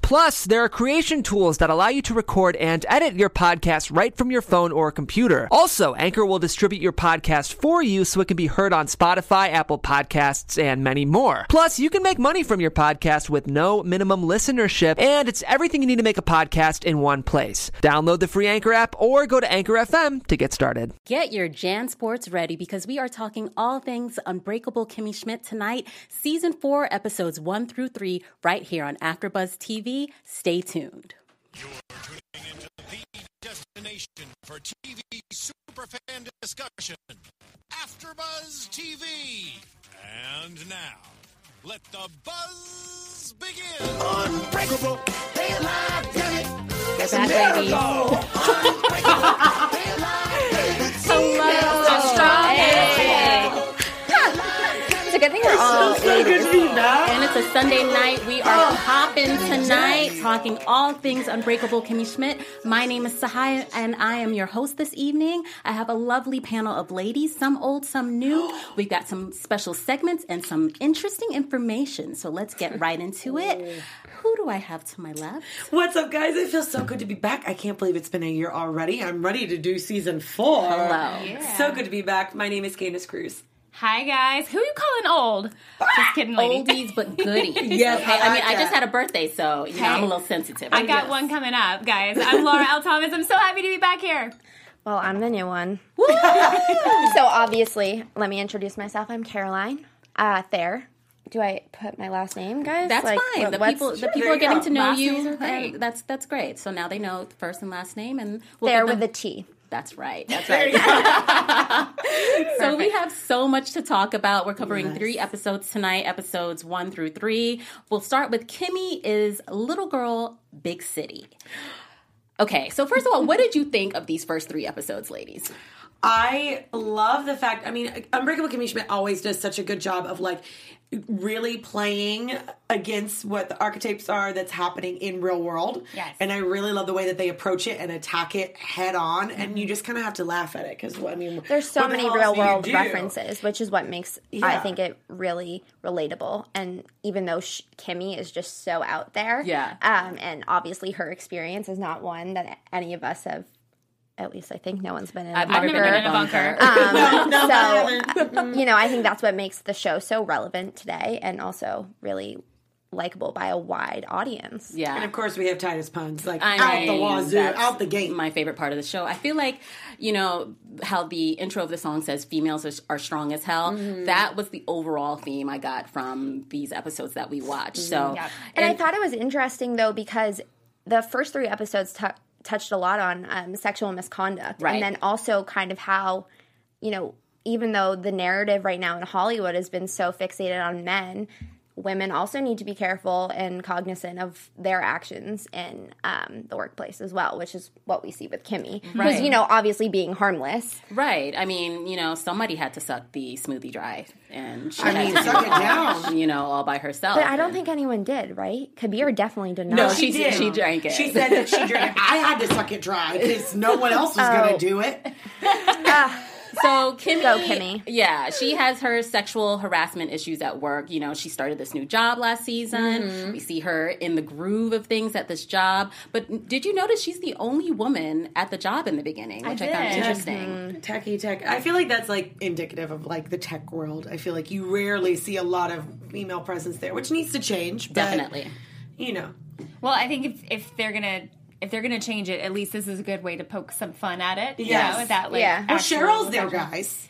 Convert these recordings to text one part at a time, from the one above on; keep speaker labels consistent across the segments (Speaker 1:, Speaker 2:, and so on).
Speaker 1: Plus, there are creation tools that allow you to record and edit your podcast right from your phone or computer. Also, Anchor will distribute your podcast for you so it can be heard on Spotify, Apple Podcasts, and many more. Plus, you can make money from your podcast with no minimum listenership, and it's everything you need to make a podcast in one place. Download the free Anchor app or go to Anchor FM to get started.
Speaker 2: Get your Jan Sports ready because we are talking all things Unbreakable Kimmy Schmidt tonight, season four, episodes one through three, right here on AfterBuzz TV. Stay tuned.
Speaker 3: You're tuning into the destination for TV superfan discussion, AfterBuzz TV. And now, let the buzz begin.
Speaker 4: Unbreakable. They alive, damn it. That's
Speaker 2: Bad
Speaker 4: a
Speaker 2: baby.
Speaker 4: miracle. Unbreakable. They alive, damn it.
Speaker 2: It's a Oh. good thing we're all And it's a Sunday night. We are popping tonight, talking all things Unbreakable Kimmy Schmidt. My name is Sahaya, and I am your host this evening. I have a lovely panel of ladies, some old, some new. We've got some special segments and some interesting information. So let's get right into it. Who do I have to my left?
Speaker 5: What's up, guys? It feels so good to be back. I can't believe it's been a year already. I'm ready to do season four.
Speaker 2: Hello.
Speaker 5: So good to be back. My name is Candace Cruz.
Speaker 6: Hi guys, who you calling old? Just kidding, lady.
Speaker 2: Oldies but goodies.
Speaker 5: Yes,
Speaker 2: okay?
Speaker 5: I
Speaker 2: I mean,
Speaker 5: like
Speaker 2: I just
Speaker 5: that.
Speaker 2: had a birthday, so you know, I'm a little sensitive.
Speaker 6: I got one coming up, guys. I'm Laura L. Thomas. I'm so happy to be back here.
Speaker 7: Well, I'm the new one. so obviously, let me introduce myself. I'm Caroline uh, Thayer. Do I put my last name, guys?
Speaker 2: That's
Speaker 7: Like,
Speaker 2: fine.
Speaker 7: what-
Speaker 2: the
Speaker 7: what's-
Speaker 2: people the
Speaker 7: Sure,
Speaker 2: people
Speaker 7: there
Speaker 2: are getting
Speaker 7: go.
Speaker 2: to know
Speaker 6: Last names
Speaker 2: you.
Speaker 6: are great.
Speaker 2: and that's that's great. So now they know the first and last name, and we'll
Speaker 7: Thayer
Speaker 2: get
Speaker 7: with
Speaker 2: them-
Speaker 7: a T.
Speaker 2: That's right. That's right. so we have so much to talk about. We're covering three episodes tonight, episodes one through three. We'll start with Kimmy is little girl, big city. Okay, so first of all, what did you think of these first three episodes, ladies?
Speaker 5: I love the fact, I mean, Unbreakable Kimmy Schmidt always does such a good job of like really playing against what the archetypes are that's happening in real world.
Speaker 6: Yes.
Speaker 5: And I really love the way that they approach it and attack it head on. And you just kind of have to laugh at it because, I mean,
Speaker 7: There's so
Speaker 5: what the
Speaker 7: many
Speaker 5: hell
Speaker 7: real
Speaker 5: else do you
Speaker 7: world
Speaker 5: do?
Speaker 7: references, which is what makes I
Speaker 5: Yeah.
Speaker 7: think it really relatable. And even though sh- Kimmy is just so out there,
Speaker 2: Yeah.
Speaker 7: um, and obviously her experience is not one that any of us have. At least I think no one's been in. a
Speaker 6: I've never been in a
Speaker 7: bunker.
Speaker 6: bunker.
Speaker 7: Um,
Speaker 5: no, I Mm-hmm.
Speaker 7: so, you know, I think that's what makes the show so relevant today and also really likable by a wide audience.
Speaker 5: And
Speaker 2: Yeah.
Speaker 5: of course, we have Titus puns like
Speaker 2: I mean,
Speaker 5: out the wazoo,
Speaker 2: that's
Speaker 5: out the gate.
Speaker 2: My favorite part of the show. I feel like, you know, how the intro of the song says females are, are strong as hell. That was the overall theme I got from these episodes that we watched. So,
Speaker 7: And, I thought it was interesting though because the first three episodes tou touched a lot on um, sexual misconduct,
Speaker 2: Right.
Speaker 7: and then also kind of how you know even though the narrative right now in Hollywood has been so fixated on men, women also need to be careful and cognizant of their actions in um, the workplace as well, which is what we see with Kimmy, because
Speaker 2: Right.
Speaker 7: you know obviously being harmless,
Speaker 2: right. I mean, you know, somebody had to suck the smoothie dry, and she
Speaker 5: I
Speaker 2: had
Speaker 5: mean,
Speaker 2: to
Speaker 5: suck
Speaker 2: do
Speaker 5: it down.
Speaker 2: You know, all by herself.
Speaker 7: but I don't think anyone did, right? Kabir definitely did not.
Speaker 2: No, she did. She drank it.
Speaker 5: She said that she drank it. I had to suck it dry because no one else was going
Speaker 7: Oh.
Speaker 5: to do it.
Speaker 2: So Kimmy,
Speaker 7: Ah. Go, Kimmy.
Speaker 2: Yeah, she has her sexual harassment issues at work. You know, she started this new job last season. We see her in the groove of things at this job. But did you notice she's the only woman at the job in the beginning, which I, found
Speaker 6: did.
Speaker 2: interesting.
Speaker 5: Techie tech. I feel like that's like indicative of like the tech world. I feel like you rarely see a lot of female presence there, which needs to change. But,
Speaker 2: Definitely.
Speaker 5: You know.
Speaker 6: Well, I think if, if they're gonna if they're gonna change it, at least this is a good way to poke some fun at it. You
Speaker 5: Yes.
Speaker 6: know, that like
Speaker 7: Yeah.
Speaker 5: Well,
Speaker 6: actual-
Speaker 5: Cheryl's there, guys.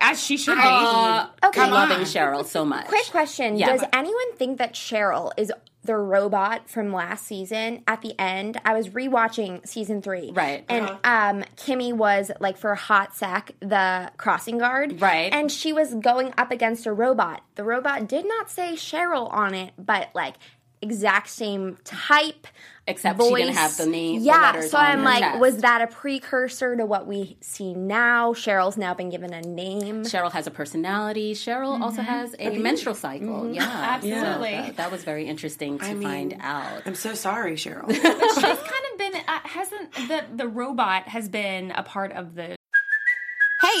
Speaker 6: as she should be.
Speaker 2: Uh,
Speaker 6: Uh,
Speaker 7: Okay.
Speaker 2: I'm loving Cheryl so much.
Speaker 7: Quick question:
Speaker 2: Yeah.
Speaker 7: Does anyone think that Cheryl is the robot from last season? At the end, I was rewatching season three,
Speaker 2: Right. Uh-huh.
Speaker 7: And um, Kimmy was like for a hot sack the crossing guard,
Speaker 2: Right.
Speaker 7: And she was going up against a robot. The robot did not say Cheryl on it, but like exact same type.
Speaker 2: Except
Speaker 7: voice.
Speaker 2: she didn't have the name. the
Speaker 7: Yeah,
Speaker 2: letters
Speaker 7: so
Speaker 2: on
Speaker 7: I'm
Speaker 2: her
Speaker 7: like,
Speaker 2: chest.
Speaker 7: was that a precursor to what we see now? Cheryl's now been given a name.
Speaker 2: Cheryl has a personality. Cheryl
Speaker 6: Mm-hmm.
Speaker 2: also has a menstrual cycle. Yeah,
Speaker 6: Absolutely.
Speaker 2: So that, that was very interesting to find out.
Speaker 5: I'm so sorry, Cheryl.
Speaker 6: She's kind of been been uh, hasn't the the robot has been a part of the
Speaker 8: Hey,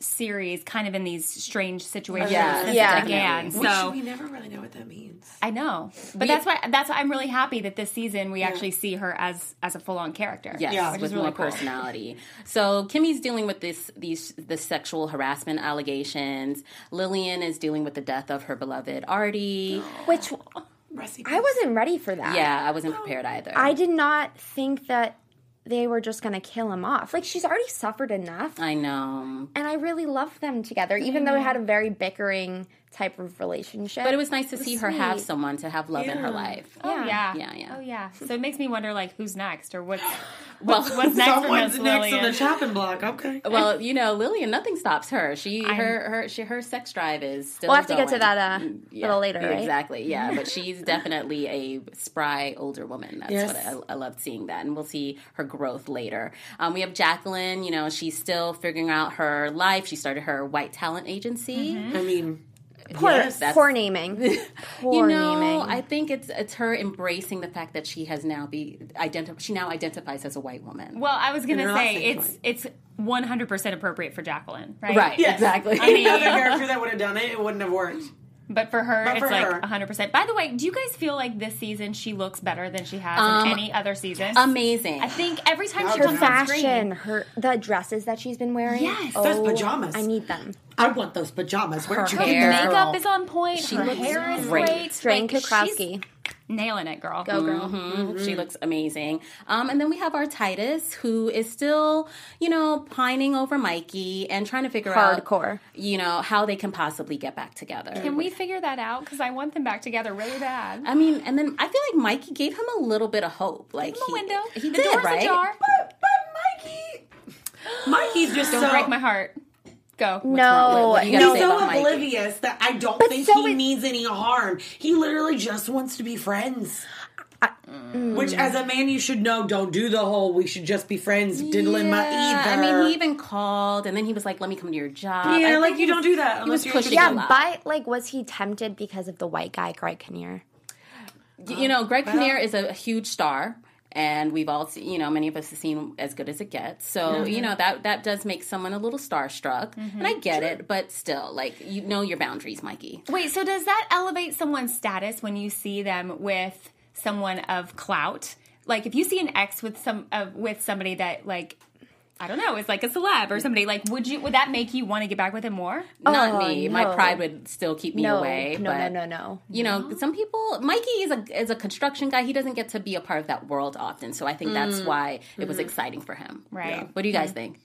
Speaker 6: series kind of in these strange situations.
Speaker 5: Yeah.
Speaker 2: Uh,
Speaker 6: since it
Speaker 7: Yeah.
Speaker 6: began.
Speaker 5: Which
Speaker 6: So
Speaker 5: we never really know what that means.
Speaker 6: I know, but that's why that's why I'm really happy that this season we actually see her as as a full on character.
Speaker 2: Yes,
Speaker 5: Yeah.
Speaker 6: which
Speaker 2: with
Speaker 6: is really
Speaker 2: more
Speaker 6: cool.
Speaker 2: personality. So Kimmy's dealing with this these the sexual harassment allegations. Lillian is dealing with the death of her beloved Artie.
Speaker 7: Which
Speaker 5: Rusty,
Speaker 7: I wasn't ready for that.
Speaker 2: Yeah, I wasn't prepared either.
Speaker 7: I did not think that they were just going to kill him off. Like she's already suffered enough.
Speaker 2: I know,
Speaker 7: and I really loved them together, even though it had a very bickering type of relationship.
Speaker 2: but it was nice to see her have
Speaker 7: sweet.
Speaker 2: someone to have love in her life.
Speaker 6: Oh, yeah.
Speaker 2: Yeah, yeah.
Speaker 6: Oh yeah. So it makes me wonder like who's next or what's
Speaker 2: Well,
Speaker 6: what's next for Miss
Speaker 5: someone's next on
Speaker 6: Lillian.
Speaker 5: the chopping block. Okay.
Speaker 2: well, you know, Lillian, nothing stops her. She her her she, her sex drive is still.
Speaker 7: We'll have to get to
Speaker 2: going.
Speaker 7: that, uh,
Speaker 2: Mm,
Speaker 7: little later, right?
Speaker 2: Exactly. Yeah, but she's definitely a spry older woman. That's
Speaker 5: Yes.
Speaker 2: what I, I loved seeing that, and we'll see her growth later. Um, we have Jacqueline. You know, she's still figuring out her life. She started her white talent agency.
Speaker 7: Mm-hmm.
Speaker 5: I mean,
Speaker 7: poor,
Speaker 2: yes, that's-
Speaker 7: poor naming. Poor
Speaker 2: You know,
Speaker 7: naming.
Speaker 2: I think it's it's her embracing the fact that she has now be identi- She now identifies as a white woman.
Speaker 6: Well, I was gonna
Speaker 5: You're not
Speaker 6: say
Speaker 5: saying
Speaker 6: it's it's 100 percent appropriate for Jacqueline, right?
Speaker 2: right. Exactly.
Speaker 6: I mean,
Speaker 5: another character that would have done it, it wouldn't have worked.
Speaker 6: but for her,
Speaker 5: But
Speaker 6: it's
Speaker 5: for
Speaker 6: like
Speaker 5: her.
Speaker 6: 100. percent By the way, do you guys feel like this season she looks better than she has
Speaker 2: Um,
Speaker 6: in any other season?
Speaker 2: amazing.
Speaker 6: I think every time
Speaker 5: Her
Speaker 6: she
Speaker 7: her
Speaker 6: comes on
Speaker 7: fashion,
Speaker 6: screen,
Speaker 7: her the dresses that she's been wearing.
Speaker 6: Yes.
Speaker 7: Oh,
Speaker 5: Those pajamas.
Speaker 7: I need them.
Speaker 5: I want those pajamas. Where'd you
Speaker 6: her
Speaker 5: get those?
Speaker 2: hair.
Speaker 6: makeup is on point. her
Speaker 2: looks
Speaker 6: hair is
Speaker 2: great.
Speaker 6: great.
Speaker 7: Drain
Speaker 6: Like, she's
Speaker 7: Kukrowski.
Speaker 6: nailing it, girl.
Speaker 7: Go girl.
Speaker 2: Mhm. She looks amazing. Um, and then we have our Titus, who is still, you know, pining over Mikey and trying to figure out,
Speaker 7: Hardcore.
Speaker 2: you know, how they can possibly get back together.
Speaker 6: Can we figure that out? Because I want them back together really bad.
Speaker 2: I mean, and then I feel like Mikey gave him a little bit of hope. Like
Speaker 6: Open the
Speaker 2: he-
Speaker 6: window.
Speaker 2: He
Speaker 6: the
Speaker 2: did,
Speaker 6: door's
Speaker 2: right?
Speaker 6: ajar.
Speaker 5: But, but Mikey, Mikey's just
Speaker 6: Don't
Speaker 5: so
Speaker 6: break my heart. Go.
Speaker 2: wrong? What-
Speaker 7: No,
Speaker 2: what do you gotta
Speaker 5: He's
Speaker 2: say
Speaker 7: no.
Speaker 2: about-
Speaker 5: so
Speaker 2: Mikey.
Speaker 5: oblivious that I don't think
Speaker 7: so
Speaker 5: he
Speaker 7: is-
Speaker 5: means any harm. He literally just wants to be friends.
Speaker 7: mm.
Speaker 5: Which, as a man, you should know. Don't do the whole "we should just be friends" diddling my
Speaker 2: Yeah,
Speaker 5: either.
Speaker 2: I mean, he even called, and then he was like, "Let me come to your job." I
Speaker 5: yeah, like
Speaker 2: think
Speaker 5: you don't do that.
Speaker 2: He was
Speaker 5: unless you're
Speaker 2: pushing. a
Speaker 5: interested.
Speaker 7: Yeah,
Speaker 2: lot.
Speaker 7: but like, was he tempted because of the white guy, Greg Kinnear?
Speaker 2: you know, Greg Kinnear is a huge star, and we've all, seen, you know, many of us have seen as good as it gets. So you know that that does make someone a little starstruck, and
Speaker 7: Mm-hmm.
Speaker 2: I get it, but still, like you know your boundaries, Mikey.
Speaker 6: Wait, so does that elevate someone's status when you see them with someone of clout? Like if you see an ex with some uh, with somebody that like I don't know, is like a celeb or somebody like would you would that make you want to get back with him more?
Speaker 2: Not me. My
Speaker 7: no.
Speaker 2: pride would still keep me
Speaker 7: Oh, No,
Speaker 2: away.
Speaker 7: no,
Speaker 2: but,
Speaker 7: no, no, no.
Speaker 2: You know, some people. Mikey is a is a construction guy. He doesn't get to be a part of that world often, so I think that's
Speaker 7: Mm.
Speaker 2: why it
Speaker 7: Mm-hmm.
Speaker 2: was exciting for him.
Speaker 6: Right.
Speaker 2: What do you guys think?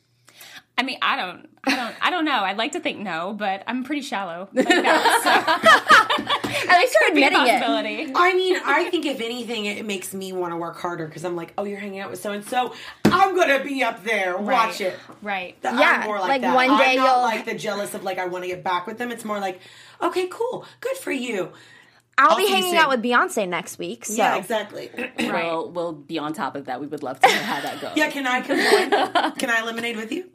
Speaker 6: I mean, I don't, I don't, I don't know. I'd like to think no, but I'm pretty shallow. Like that,
Speaker 7: At least
Speaker 6: so
Speaker 7: you're admitting it.
Speaker 6: possibility.
Speaker 5: I mean, I think if anything, it makes me want to work harder because I'm like, oh, you're hanging out with so and so. I'm gonna be up there. Watch it.
Speaker 6: Right.
Speaker 5: That
Speaker 7: Yeah,
Speaker 5: I'm more like,
Speaker 7: like,
Speaker 5: that.
Speaker 7: one day
Speaker 5: I'm not
Speaker 7: you'll-
Speaker 5: like the jealous of like I want to get back with them. It's more like, okay, cool, good for you.
Speaker 7: I'll,
Speaker 5: I'll
Speaker 7: be
Speaker 5: see you
Speaker 7: hanging
Speaker 5: soon.
Speaker 7: out with Beyonce next week. So
Speaker 5: Yeah, exactly.
Speaker 6: Right.
Speaker 2: We'll we'll be on top of that. We would love to know how that goes.
Speaker 5: yeah, can I come join? Can I lemonade with you?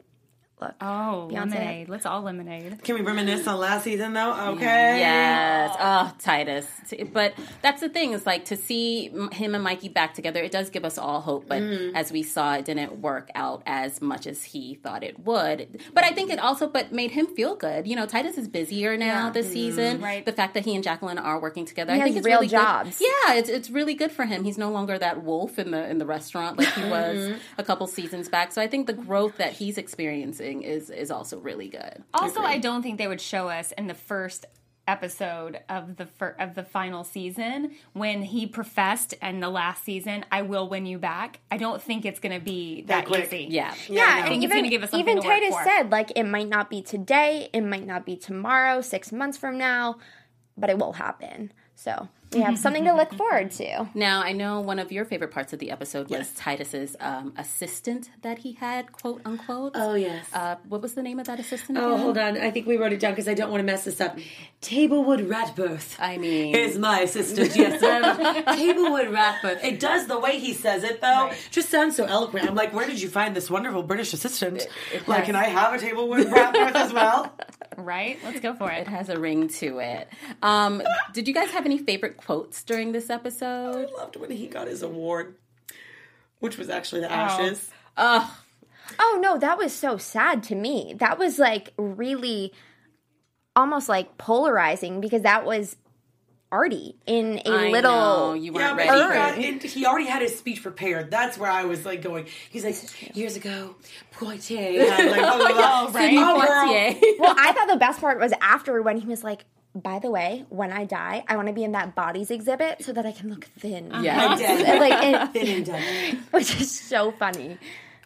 Speaker 7: Look,
Speaker 6: Oh,
Speaker 7: Beyonce.
Speaker 6: lemonade. Let's all lemonade.
Speaker 5: Can we reminisce on last season though? Okay.
Speaker 2: Yes. Oh, Titus. T- But that's the thing is like to see m- him and Mikey back together, it does give us all hope. But
Speaker 7: Mm-hmm.
Speaker 2: as we saw, it didn't work out as much as he thought it would. But I think it also but made him feel good. You know, Titus is busier now this season.
Speaker 6: Right.
Speaker 2: The fact that he and Jacqueline are working together,
Speaker 7: Mm-hmm. He
Speaker 2: I
Speaker 7: has
Speaker 2: think it's
Speaker 7: real
Speaker 2: really
Speaker 7: jobs.
Speaker 2: Good. Yeah, it's it's really good for him. He's no longer that wolf in the in the restaurant like he
Speaker 7: Mm-hmm.
Speaker 2: was a couple seasons back. So I think the growth that he's experiencing is is also really good.
Speaker 6: Also, I don't think they would show us in the first episode of the fir- of the final season when he professed in the last season, "I will win you back." I don't think it's going to be
Speaker 5: That
Speaker 6: that,
Speaker 5: quick.
Speaker 6: easy.
Speaker 2: Yeah.
Speaker 7: Yeah,
Speaker 6: I
Speaker 7: and
Speaker 6: think it's
Speaker 7: even,
Speaker 6: gonna give us something
Speaker 7: even
Speaker 6: to work
Speaker 7: Titus
Speaker 6: for.
Speaker 7: said like it might not be today, it might not be tomorrow, six months from now, but it will happen. So We have something to look forward to.
Speaker 2: Now, I know one of your favorite parts of the episode was Titus's um, assistant that he had, quote unquote.
Speaker 5: Oh, yes.
Speaker 2: Uh, what was the name of that assistant?
Speaker 5: Oh,
Speaker 2: again?
Speaker 5: hold on. I think we wrote it down because I don't want to mess this up. Tablewood Ratbirth.
Speaker 2: I mean-
Speaker 5: is my assistant. Yes, um, Tablewood Ratbirth. It does the way he says it, though. Just sounds so eloquent. I'm like, where did you find this wonderful British assistant? Like, can I have a Tablewood Ratbirth as well?
Speaker 6: Right? Let's go for it.
Speaker 2: It has a ring to it. Um, did you guys have any favorite quotes during this episode?
Speaker 5: I loved when he got his award, which was actually the ashes.
Speaker 7: Oh no, that was so sad to me. That was like really almost like polarizing because that was Artie in a
Speaker 2: I
Speaker 7: little
Speaker 2: know, you
Speaker 5: Yeah,
Speaker 2: weren't
Speaker 5: but he,
Speaker 2: ready.
Speaker 5: got, and he already had his speech prepared. That's where I was like going. He's like, years ago, Poitiers. had, Like, blah, blah, blah.
Speaker 2: Sidney
Speaker 5: Oh, girl.
Speaker 2: Poitier.
Speaker 7: Well, I thought the best part was after when he was like, by the way, when I die, I want to be in that bodies exhibit so that I can look thin.
Speaker 2: Yeah.
Speaker 5: Dead.
Speaker 7: And, like, and-
Speaker 5: Thin and done.
Speaker 7: which is so funny.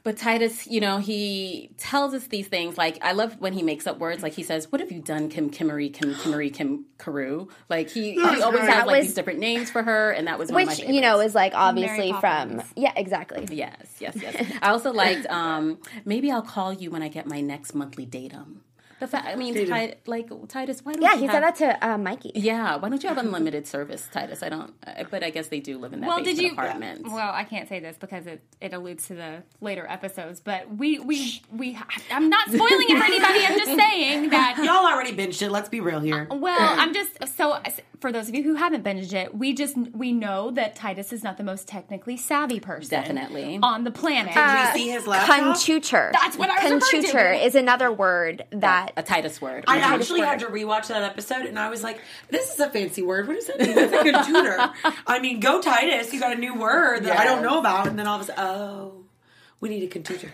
Speaker 2: But Titus, you know, he tells us these things. Like, I love when he makes up words. Like, he says, What have you done, Kim Kimmery, Kim Kimmery, Kim Carew? Like, he, he always
Speaker 7: That
Speaker 2: has like
Speaker 7: was-
Speaker 2: these different names for her. And that was one
Speaker 7: Which,
Speaker 2: of my
Speaker 7: you know,
Speaker 2: favorites.
Speaker 7: is like obviously from.
Speaker 6: Poppins.
Speaker 7: Yeah, exactly.
Speaker 2: Yes, yes, yes. I also liked, um, Maybe I'll call you when I get my next monthly datum. The fact, I mean, Ti- like, Titus, why don't
Speaker 7: Yeah,
Speaker 2: you
Speaker 7: he
Speaker 2: have-
Speaker 7: said that to uh, Mikey.
Speaker 2: Yeah, why don't you have unlimited service, Titus? I don't, I- but I guess they do live in that
Speaker 6: Well,
Speaker 2: basement
Speaker 6: did you?
Speaker 2: apartment.
Speaker 6: Well, I can't say this because it, it alludes to the later episodes. But we we we. I'm not spoiling it for anybody. I'm just saying that
Speaker 5: Y'all already binged it. Let's be real here.
Speaker 7: Uh,
Speaker 6: Well, I'm just so for those of you who haven't binged it, we just we know that Titus is not the most technically savvy person,
Speaker 2: Definitely. Ah.
Speaker 6: on the planet.
Speaker 5: Did we see his laptop?
Speaker 7: Contutor.
Speaker 6: That's what I was referring to.
Speaker 7: Contutor is another word that.
Speaker 2: a Titus word.
Speaker 5: I actually had to rewatch that episode, and I was like, "This is a fancy word. What does that mean? It's like a tutor. I mean, go Titus. You got a new word that I don't know about." And then all of a sudden, oh, we need a computer.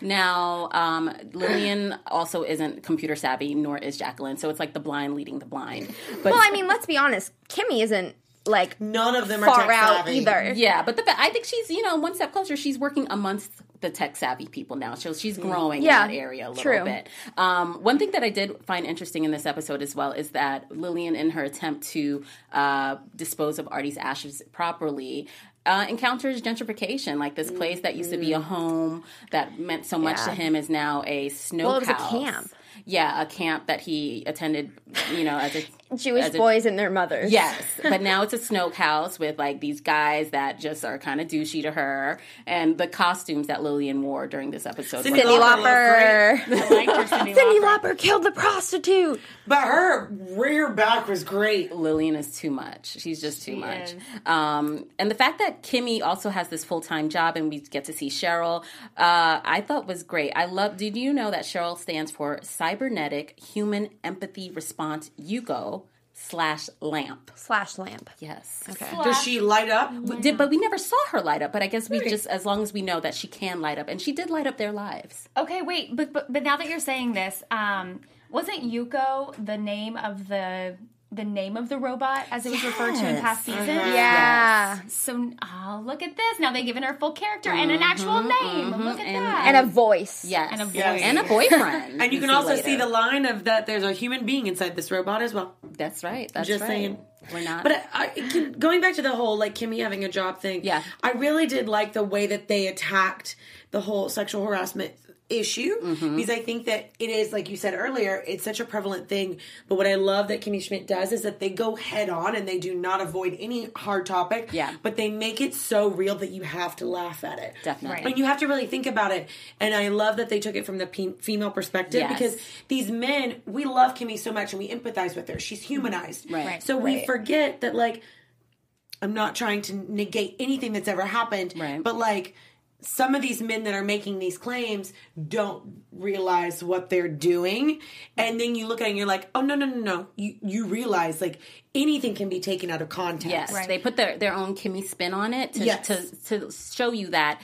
Speaker 2: Now, um, Lillian also isn't computer savvy, nor is Jacqueline. So it's like the blind leading the blind. But
Speaker 7: Well, I mean, let's be honest. Kimmy isn't like
Speaker 5: None of them are
Speaker 7: far
Speaker 5: tech
Speaker 7: out
Speaker 5: savvy.
Speaker 7: either.
Speaker 2: yeah, but the fa- I think she's you know one step closer. She's working amongst the tech savvy people now, so she's growing
Speaker 7: Mm. Yeah,
Speaker 2: in that area a little
Speaker 7: true.
Speaker 2: bit. Um, one thing that I did find interesting in this episode as well is that Lillian, in her attempt to uh, dispose of Artie's ashes properly. Uh, encounters gentrification, like this place that used to be a
Speaker 7: Mm-hmm.
Speaker 2: home that meant so much to him is now a snow.
Speaker 7: Well, it was a
Speaker 2: house.
Speaker 7: camp.
Speaker 2: Yeah, a camp that he attended, you know, as a
Speaker 7: Jewish
Speaker 2: as a-
Speaker 7: boys and their mothers.
Speaker 2: Yes, but now it's a snow house with like these guys that just are kind of douchey to her, and the costumes that Lillian wore during this episode. were-
Speaker 7: Cindy Lauper.
Speaker 6: I liked her Cindy
Speaker 7: Cindy
Speaker 6: Lauper.
Speaker 7: Lauper killed the prostitute.
Speaker 5: But her rear back was great.
Speaker 2: Lillian is too much. She's just too much. Um, and the fact that Kimmy also has this full time job, and we get to see Cheryl, uh, I thought was great. I love. Did you know that Cheryl stands for Cybernetic Human Empathy Response YouGo slash Lamp?
Speaker 7: Slash lamp.
Speaker 2: Yes.
Speaker 5: Does she light up?
Speaker 2: Did, but we never saw her light up. But I guess we just, as long as we know that she can light up, and she did light up their lives.
Speaker 6: Okay, wait, but, but but now that you're saying this, um, wasn't Yuko the name of the the name of the robot as it was referred to in past seasons?
Speaker 7: Yeah.
Speaker 6: So oh, look at this. Now they've given her full character and an actual name. Look at that.
Speaker 7: And a voice.
Speaker 2: Yes,
Speaker 6: And a voice.
Speaker 2: and a boyfriend.
Speaker 5: And you can also see the line of that there's a human being inside this robot as well.
Speaker 2: That's right. That's
Speaker 5: Just
Speaker 2: right.
Speaker 5: saying.
Speaker 2: We're not.
Speaker 5: But I, I, can- going back to the whole like Kimmy having a job thing,
Speaker 2: Yeah.
Speaker 5: I really did like the way that they attacked the whole sexual harassment issue
Speaker 2: Mm-hmm.
Speaker 5: because I think that it is like you said earlier, it's such a prevalent thing. But what I love that Kimmy Schmidt does is that they go head on and they do not avoid any hard topic.
Speaker 2: Yeah.
Speaker 5: but they make it so real that you have to laugh at it.
Speaker 2: Definitely.
Speaker 5: and you have to really think about it. And I love that they took it from the pe- female perspective
Speaker 2: Yes.
Speaker 5: because these men, we love Kimmy so much and we empathize with her. She's humanized.
Speaker 2: Right. Right.
Speaker 5: So we forget that, like, I'm not trying to negate anything that's ever happened,
Speaker 2: Right.
Speaker 5: but like, some of these men that are making these claims don't realize what they're doing. And then you look at it and you're like, oh, no, no, no, no. You, you realize, like, anything can be taken out of context.
Speaker 2: Yes, they put their, their own Kimmy spin on it to,
Speaker 5: Yes.
Speaker 2: to to show you that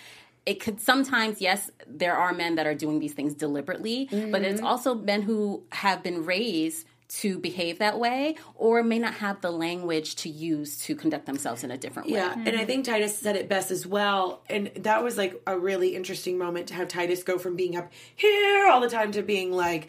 Speaker 2: it could sometimes yes there are men that are doing these things deliberately, but it's
Speaker 5: Mm-hmm.
Speaker 2: also men who have been raised to behave that way or may not have the language to use to conduct themselves in a different way.
Speaker 5: Yeah, and I think Titus said it best as well. And that was like a really interesting moment to have Titus go from being up here all the time to being like,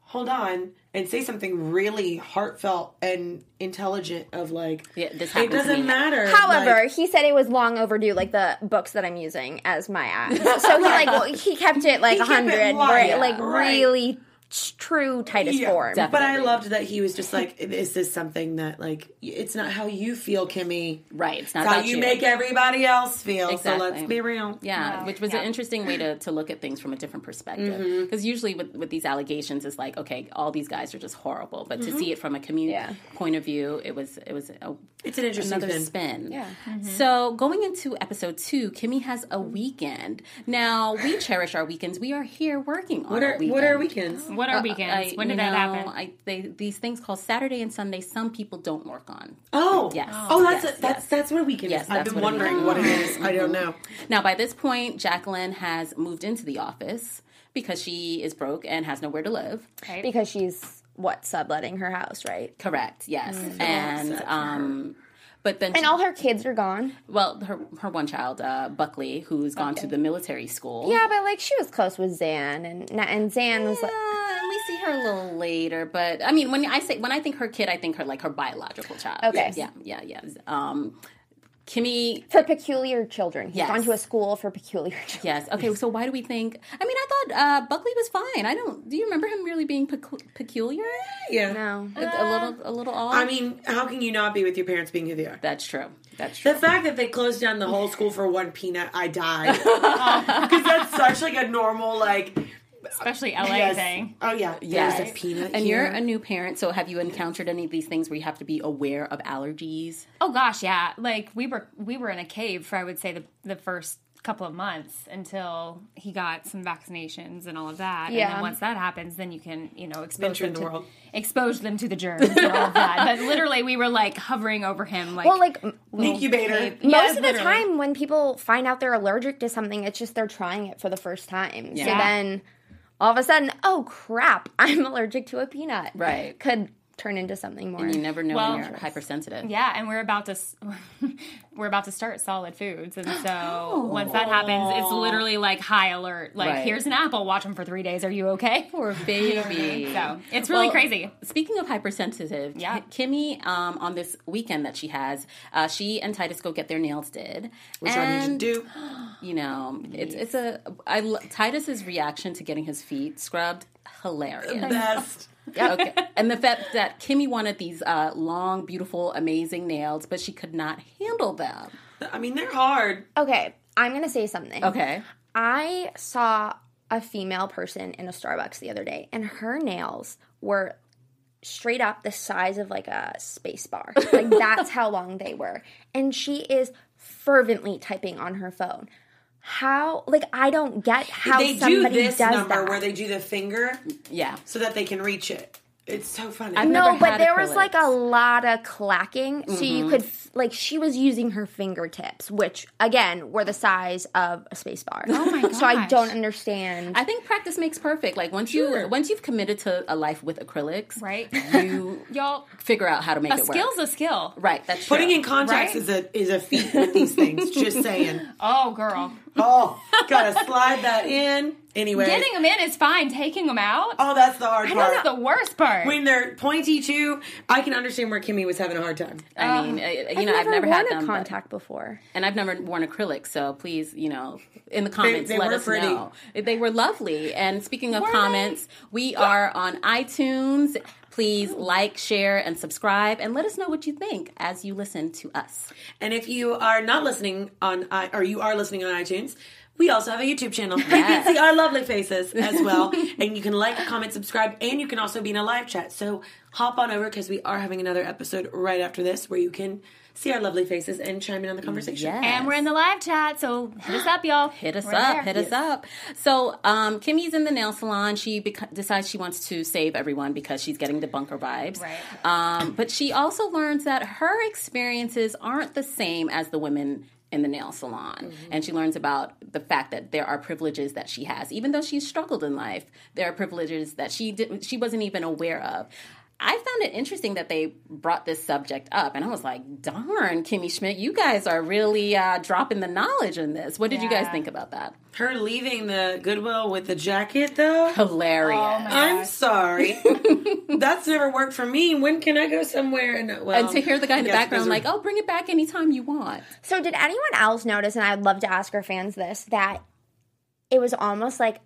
Speaker 5: hold on and say something really heartfelt and intelligent of like
Speaker 2: Yeah, this
Speaker 5: it
Speaker 2: happens to
Speaker 5: doesn't
Speaker 2: me.
Speaker 5: matter
Speaker 7: However,
Speaker 5: like,
Speaker 7: he said it was long overdue, like the books that I'm using as my ads. So he like well, he kept it like
Speaker 5: He kept it
Speaker 7: hundred,
Speaker 5: light,
Speaker 7: like
Speaker 5: right.
Speaker 7: really t- true Titus
Speaker 5: yeah,
Speaker 7: form.
Speaker 5: but i loved that he was just like is this something that like it's not how you feel kimmy
Speaker 2: Right. It's
Speaker 5: it's
Speaker 2: not
Speaker 5: how
Speaker 2: about
Speaker 5: you make everybody else feel so let's
Speaker 2: Exactly.
Speaker 5: be real
Speaker 2: Yeah, which was an interesting way to, to look at things from a different perspective. Because usually with, with these allegations, it's like, okay, all these guys are just horrible. But to see it from a community point of view, it was it was a,
Speaker 5: it's an interesting
Speaker 2: another
Speaker 5: spin.
Speaker 2: spin. Yeah. So going into episode two, Kimmy has a weekend. Now we cherish our weekends. We are here working on
Speaker 5: what
Speaker 2: our
Speaker 5: are
Speaker 2: weekend.
Speaker 5: what are weekends
Speaker 6: What are weekends?
Speaker 2: I-
Speaker 6: when did
Speaker 2: you
Speaker 6: that
Speaker 2: know,
Speaker 6: happen?
Speaker 2: I, they, these things called Saturday and Sunday. Some people don't work on.
Speaker 5: Oh,
Speaker 2: Yes.
Speaker 5: Oh, that's
Speaker 2: Yes,
Speaker 5: a, that's
Speaker 2: yes.
Speaker 5: that's what a weekend
Speaker 2: Yes,
Speaker 5: is.
Speaker 2: that's
Speaker 5: I've been
Speaker 2: what a weekend is.
Speaker 5: wondering what it is. Mm-hmm. I don't know.
Speaker 2: Now, by this point, Jacqueline has moved into the office because she is broke and has nowhere to live.
Speaker 7: because she's what subletting her house, right?
Speaker 2: Correct. Yes, and um, but then
Speaker 7: Mm. And all her kids are gone.
Speaker 2: well, her her one child, uh, Buckley, who's gone to the military
Speaker 5: Oh.
Speaker 2: school.
Speaker 7: Yeah, but like she was close with Zan, and and Zan was like,
Speaker 2: Uh, we see her a little later, but I mean, when I say when I think her kid, I think her like her biological child.
Speaker 7: Okay.
Speaker 2: Yeah, yeah, yeah. Um, Kimmy
Speaker 7: for peculiar children. He's
Speaker 2: Yes.
Speaker 7: gone to a school for peculiar children.
Speaker 2: Yes. Okay. So why do we think? I mean, I thought uh, Buckley was fine. I don't. Do you remember him really being pecu- peculiar?
Speaker 5: Yeah.
Speaker 7: No.
Speaker 2: A, a little. A little odd.
Speaker 5: I mean, how can you not be with your parents being who they are?
Speaker 2: that's true. That's true.
Speaker 5: The fact that they closed down the whole school for one peanut, I died. Because that's such like a normal like.
Speaker 6: Especially LA
Speaker 5: yes.
Speaker 6: thing.
Speaker 5: Oh yeah,
Speaker 2: Yes.
Speaker 5: there's a peanut.
Speaker 2: and
Speaker 5: here.
Speaker 2: you're a new parent, so have you encountered any of these things where you have to be aware of allergies?
Speaker 6: Oh gosh, yeah. Like we were we were in a cave for I would say the the first couple of months until he got some vaccinations and all of that. And
Speaker 7: Yeah.
Speaker 6: then once that happens, then you can, you know, expose
Speaker 5: Venture
Speaker 6: them
Speaker 5: in the
Speaker 6: to
Speaker 5: world.
Speaker 6: expose them to the germs and all of that. But literally we were like hovering over him like
Speaker 7: Well, like m-
Speaker 6: little
Speaker 5: Incubator.
Speaker 6: babe.
Speaker 7: most
Speaker 6: Yeah,
Speaker 7: of the
Speaker 6: literally.
Speaker 7: time when people find out they're allergic to something, it's just they're trying it for the first time. So
Speaker 2: Yeah.
Speaker 7: then all of a sudden, oh crap, I'm allergic to a peanut.
Speaker 2: Right.
Speaker 7: Could turn into something more.
Speaker 2: You never know
Speaker 6: Well-
Speaker 2: when you're hypersensitive.
Speaker 6: Yeah, and we're about to s- we're about to start solid foods, and so
Speaker 7: Oh.
Speaker 6: once that happens, it's literally like high alert. Like
Speaker 2: Right.
Speaker 6: here's an apple, watch them for three days. Are you okay?
Speaker 2: Poor baby.
Speaker 6: So it's really
Speaker 2: Well,
Speaker 6: crazy.
Speaker 2: Speaking of hypersensitive,
Speaker 6: Yeah.
Speaker 2: Ki- Kimmy um, on this weekend that she has, uh, she and Titus go get their nails did,
Speaker 5: which I need
Speaker 2: and
Speaker 5: to do.
Speaker 2: you know, it's it's a I lo- Titus's reaction to getting his feet scrubbed hilarious.
Speaker 5: Best.
Speaker 2: okay. And the fact that Kimmy wanted these uh, long, beautiful, amazing nails, but she could not handle them.
Speaker 5: I mean, they're hard.
Speaker 7: Okay, I'm gonna say something.
Speaker 2: Okay.
Speaker 7: I saw a female person in a Starbucks the other day, and her nails were straight up the size of like a space bar. Like that's how long they were. And she is fervently typing on her phone. How like I don't get how
Speaker 5: They do
Speaker 7: somebody
Speaker 5: this
Speaker 7: does
Speaker 5: number
Speaker 7: that.
Speaker 5: where they do the finger
Speaker 2: Yeah.
Speaker 5: so that they can reach it. It's so funny.
Speaker 2: I've
Speaker 7: no,
Speaker 2: never
Speaker 7: but
Speaker 2: had
Speaker 7: there was
Speaker 2: acrylics.
Speaker 7: like a lot of clacking, so you could f- like she was using her fingertips, which again were the size of a space bar. Oh
Speaker 6: my
Speaker 7: So I
Speaker 6: gosh.
Speaker 7: don't understand.
Speaker 2: I think practice makes perfect. Like once you once you've committed to a life with acrylics,
Speaker 6: Right.
Speaker 2: You
Speaker 6: Y'all,
Speaker 2: figure out how to make
Speaker 6: a
Speaker 2: it
Speaker 6: skill's
Speaker 2: work.
Speaker 6: a skill.
Speaker 2: right. That's
Speaker 5: Putting
Speaker 2: true.
Speaker 5: in contacts
Speaker 6: Right?
Speaker 5: is a is a feat with these things. Just saying.
Speaker 6: Oh, girl.
Speaker 5: Oh, gotta slide that in. Anyway,
Speaker 6: Getting them in is fine. Taking them out,
Speaker 5: oh, that's the hard part.
Speaker 6: that's the worst part.
Speaker 5: when they're pointy too, I can understand where Kimmy was having a hard time.
Speaker 2: I mean, uh, you
Speaker 7: I've
Speaker 2: know, I've never
Speaker 7: worn
Speaker 2: had
Speaker 7: a
Speaker 2: them, but-
Speaker 7: contact before.
Speaker 2: and I've never worn acrylics. So please, you know, in the comments,
Speaker 5: they
Speaker 2: let
Speaker 5: were
Speaker 2: us
Speaker 5: pretty.
Speaker 2: know. They were lovely. And speaking of comments, we are on iTunes. Please like, share, and subscribe, and let us know what you think as you listen to us.
Speaker 5: And if you are not listening on, i- or you are listening on iTunes, we also have a YouTube channel. You can see our lovely faces as well, and you can like, comment, subscribe, and you can also be in a live chat. So hop on over because we are having another episode right after this where you can see our lovely faces and chime in on the conversation.
Speaker 2: Yes.
Speaker 6: and we're in the live chat, so hit us up, y'all.
Speaker 2: Hit us
Speaker 6: We're
Speaker 2: up,
Speaker 6: there.
Speaker 2: hit us up. So, um, Kimmy's in the nail salon. She bec- decides she wants to save everyone because she's getting the bunker vibes.
Speaker 6: Right.
Speaker 2: Um, but she also learns that her experiences aren't the same as the women in the nail salon.
Speaker 6: Mm-hmm.
Speaker 2: And she learns about the fact that there are privileges that she has. Even though she's struggled in life, there are privileges that she didn't she wasn't even aware of. I found it interesting that they brought this subject up, and I was like, "Darn, Kimmy Schmidt, you guys are really uh, dropping the knowledge in this." What did you guys think about that?
Speaker 5: Her leaving the Goodwill with the jacket, though.
Speaker 2: Hilarious.
Speaker 5: I'm sorry. sorry. That's never worked for me. When can I go somewhere? And, well,
Speaker 2: and to hear the guy in the
Speaker 5: yes,
Speaker 2: background,
Speaker 5: those are-
Speaker 2: like, oh, bring it back anytime you want.
Speaker 7: So, did anyone else notice, and I'd love to ask our fans this, that it was almost like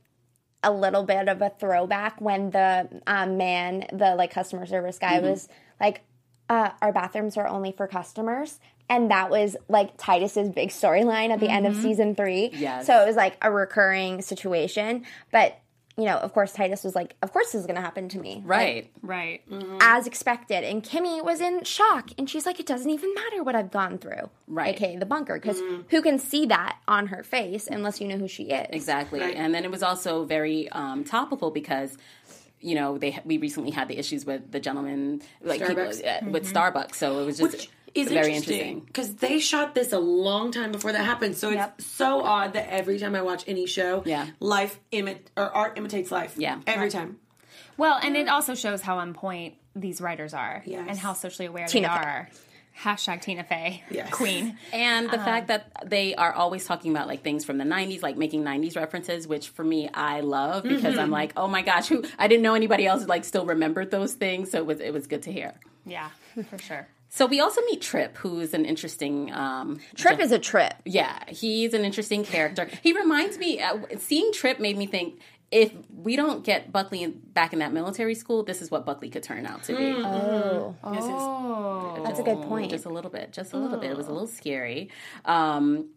Speaker 7: a little bit of a throwback when the um, man, the like customer service guy,
Speaker 2: Mm-hmm.
Speaker 7: was like, uh, our bathrooms are only for customers. And that was like Titus's big storyline at the end of season three.
Speaker 2: Yes.
Speaker 7: So it was like a recurring situation. But, you know, of course, Titus was like, of course this is going to happen to me.
Speaker 2: Right.
Speaker 6: Right.
Speaker 2: Mm-hmm.
Speaker 7: as expected. And Kimmy was in shock. And she's like, it doesn't even matter what I've gone through.
Speaker 2: Right. Mm-hmm.
Speaker 7: AKA the bunker. Because who can see that on her face unless you know who she is?
Speaker 2: Exactly. And then it was also very um, topical because. You know, they we recently had the issues with the gentleman like people-
Speaker 5: Starbucks. Mm-hmm.
Speaker 2: uh, with Starbucks, so it was just
Speaker 5: Which is
Speaker 2: very
Speaker 5: interesting because they shot this a long time before that happened. So it's
Speaker 7: Yep.
Speaker 5: so odd that every time I watch any show,
Speaker 2: Yeah.
Speaker 5: life imi- or art imitates life.
Speaker 2: Yeah.
Speaker 5: every time.
Speaker 6: Well, and it also shows how on point these writers are
Speaker 5: Yes.
Speaker 6: and how socially aware
Speaker 7: Tina
Speaker 6: they
Speaker 7: Fey.
Speaker 6: are. Hashtag Tina Fey,
Speaker 5: Yes.
Speaker 6: queen.
Speaker 2: And the fact that they are always talking about like things from the 90s, like making 90s references, which for me I love because I'm like, "Oh my gosh, who I didn't know anybody else like still remembered those things." So it was it was good to hear.
Speaker 6: Yeah, for sure.
Speaker 2: So we also meet Trip, who is an interesting um
Speaker 7: Trip is a trip.
Speaker 2: yeah, he's an interesting character. He reminds me uh, seeing Trip made me think if we don't get Buckley in, back in that military school, this is what Buckley could turn out to be.
Speaker 7: Oh.
Speaker 6: Oh,
Speaker 7: That's a good point.
Speaker 2: Just a little bit. Just a little bit. It was a little scary. Um,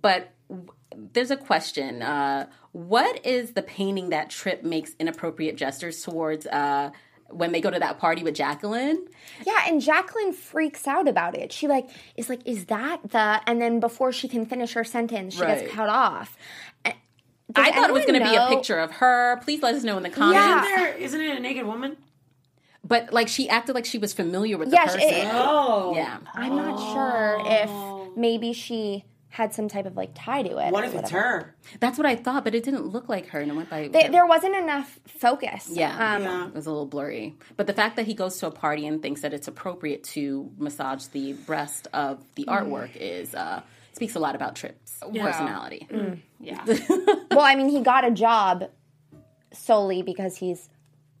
Speaker 2: but w- there's a question. Uh, what is the painting that Trip makes inappropriate gestures towards uh, when they go to that party with Jacqueline?
Speaker 7: Yeah, and Jacqueline freaks out about it. She like is like, is that the and then before she can finish her sentence, she
Speaker 2: Right.
Speaker 7: gets cut off. And-
Speaker 2: I
Speaker 7: does
Speaker 2: thought it was going
Speaker 7: anyone
Speaker 2: to be a
Speaker 7: know-
Speaker 2: picture of her. Please let us know in the comments.
Speaker 7: Yeah.
Speaker 5: Isn't there? Isn't it a naked woman?
Speaker 2: But like she acted like she was familiar with the
Speaker 7: Yes,
Speaker 2: person.
Speaker 7: it-
Speaker 5: Oh,
Speaker 2: yeah.
Speaker 7: I'm not sure
Speaker 2: Oh.
Speaker 7: if maybe she had some type of like tie to it.
Speaker 5: What
Speaker 7: or
Speaker 5: if it's
Speaker 7: whatever.
Speaker 5: her?
Speaker 2: That's what I thought, but it didn't look like her and it went by
Speaker 7: Th- There wasn't enough focus.
Speaker 2: Yeah.
Speaker 7: Um,
Speaker 2: It was a little blurry. But the fact that he goes to a party and thinks that it's appropriate to massage the breast of the artwork is uh, speaks a lot about Tripp's personality.
Speaker 6: yeah.
Speaker 7: Well, I mean, he got a job solely because he's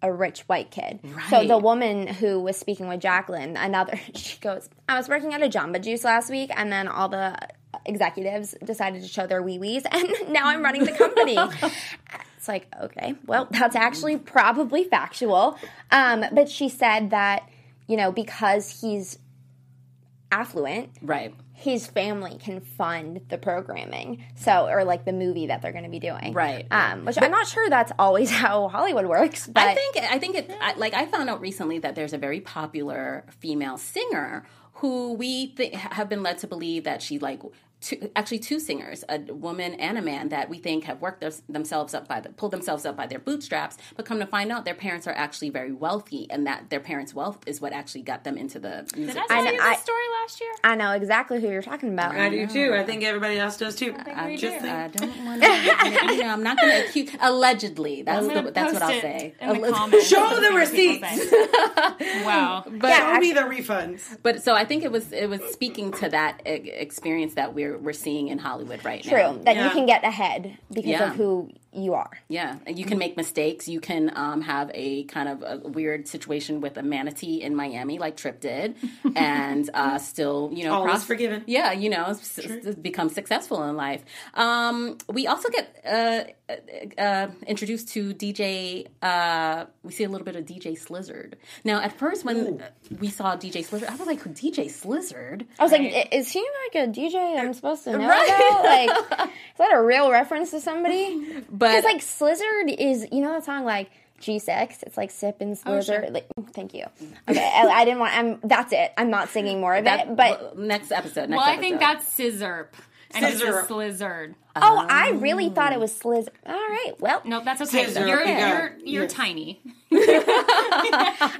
Speaker 7: a rich white kid. So
Speaker 2: Right.
Speaker 7: the woman who was speaking with Jacqueline, another, she goes, I was working at a Jamba Juice last week, and then all the executives decided to show their wee wees, and now I'm running the company. it's like, okay, well, that's actually probably factual. Um, but she said that, you know, because he's affluent,
Speaker 2: Right.
Speaker 7: his family can fund the programming, so or like the movie that they're going to be doing,
Speaker 2: Right.
Speaker 7: Um, which I'm not sure that's always how Hollywood works, but
Speaker 2: I think I think it I, like I found out recently that there's a very popular female singer who we th- have been led to believe that she like two, actually two singers, a woman and a man that we think have worked their, themselves up by the pulled themselves up by their bootstraps, but come to find out their parents are actually very wealthy and that their parents' wealth is what actually got them into the music.
Speaker 6: Did I tell
Speaker 7: know-
Speaker 6: you
Speaker 7: I-
Speaker 6: this story last year?
Speaker 7: I know exactly who you're talking about.
Speaker 5: I do too. I think everybody else does too.
Speaker 2: I
Speaker 5: just
Speaker 2: just,
Speaker 5: think-
Speaker 2: I don't want to. You know, I'm not going to accuse. Allegedly, that's
Speaker 6: I'm gonna
Speaker 2: the, that's what
Speaker 6: post
Speaker 2: I'll
Speaker 6: it
Speaker 2: say.
Speaker 6: In the
Speaker 2: Alleg-
Speaker 6: comments.
Speaker 5: Show the
Speaker 6: Let's see what
Speaker 5: receipts.
Speaker 6: people say. wow.
Speaker 5: Show me the refunds.
Speaker 2: But so I think it was it was speaking to that e- experience that we're we're seeing in Hollywood right now.
Speaker 7: True that you
Speaker 5: Yeah.
Speaker 7: can get ahead because
Speaker 2: Yeah.
Speaker 7: of who you are.
Speaker 2: Yeah, and you can make mistakes. You can um, have a kind of a weird situation with a manatee in Miami, like Trip did, and uh, still, you know,
Speaker 5: All is forgiven.
Speaker 2: Yeah, you know, s- s- become successful in life. Um, we also get uh, uh, uh, introduced to DJ. Uh, we see a little bit of DJ Slizzard. Now, at first, when uh, we saw DJ Slizzard, I was like, "DJ Slizzard."
Speaker 7: I was like, "I- is he like a DJ? I'm supposed to know
Speaker 2: Right.
Speaker 7: about? Like, is that a real reference to somebody?
Speaker 2: But
Speaker 7: It's like Slizzard is, you know, that song like G Sex. It's like sip and
Speaker 2: Oh,
Speaker 7: Slizzard. Like, thank you. Okay, I, I didn't want. I'm. That's it. I'm not singing more of it. But
Speaker 2: Eh, Well, next episode. Next
Speaker 6: Well, I think
Speaker 2: episode.
Speaker 6: that's scissorp. And it's
Speaker 5: Scissorp.
Speaker 6: a slizzard.
Speaker 7: Oh, I really thought it was Sliz. All right, well,
Speaker 6: No, that's okay.
Speaker 5: Scissorp,
Speaker 6: You're
Speaker 5: yeah.
Speaker 6: you're you're tiny.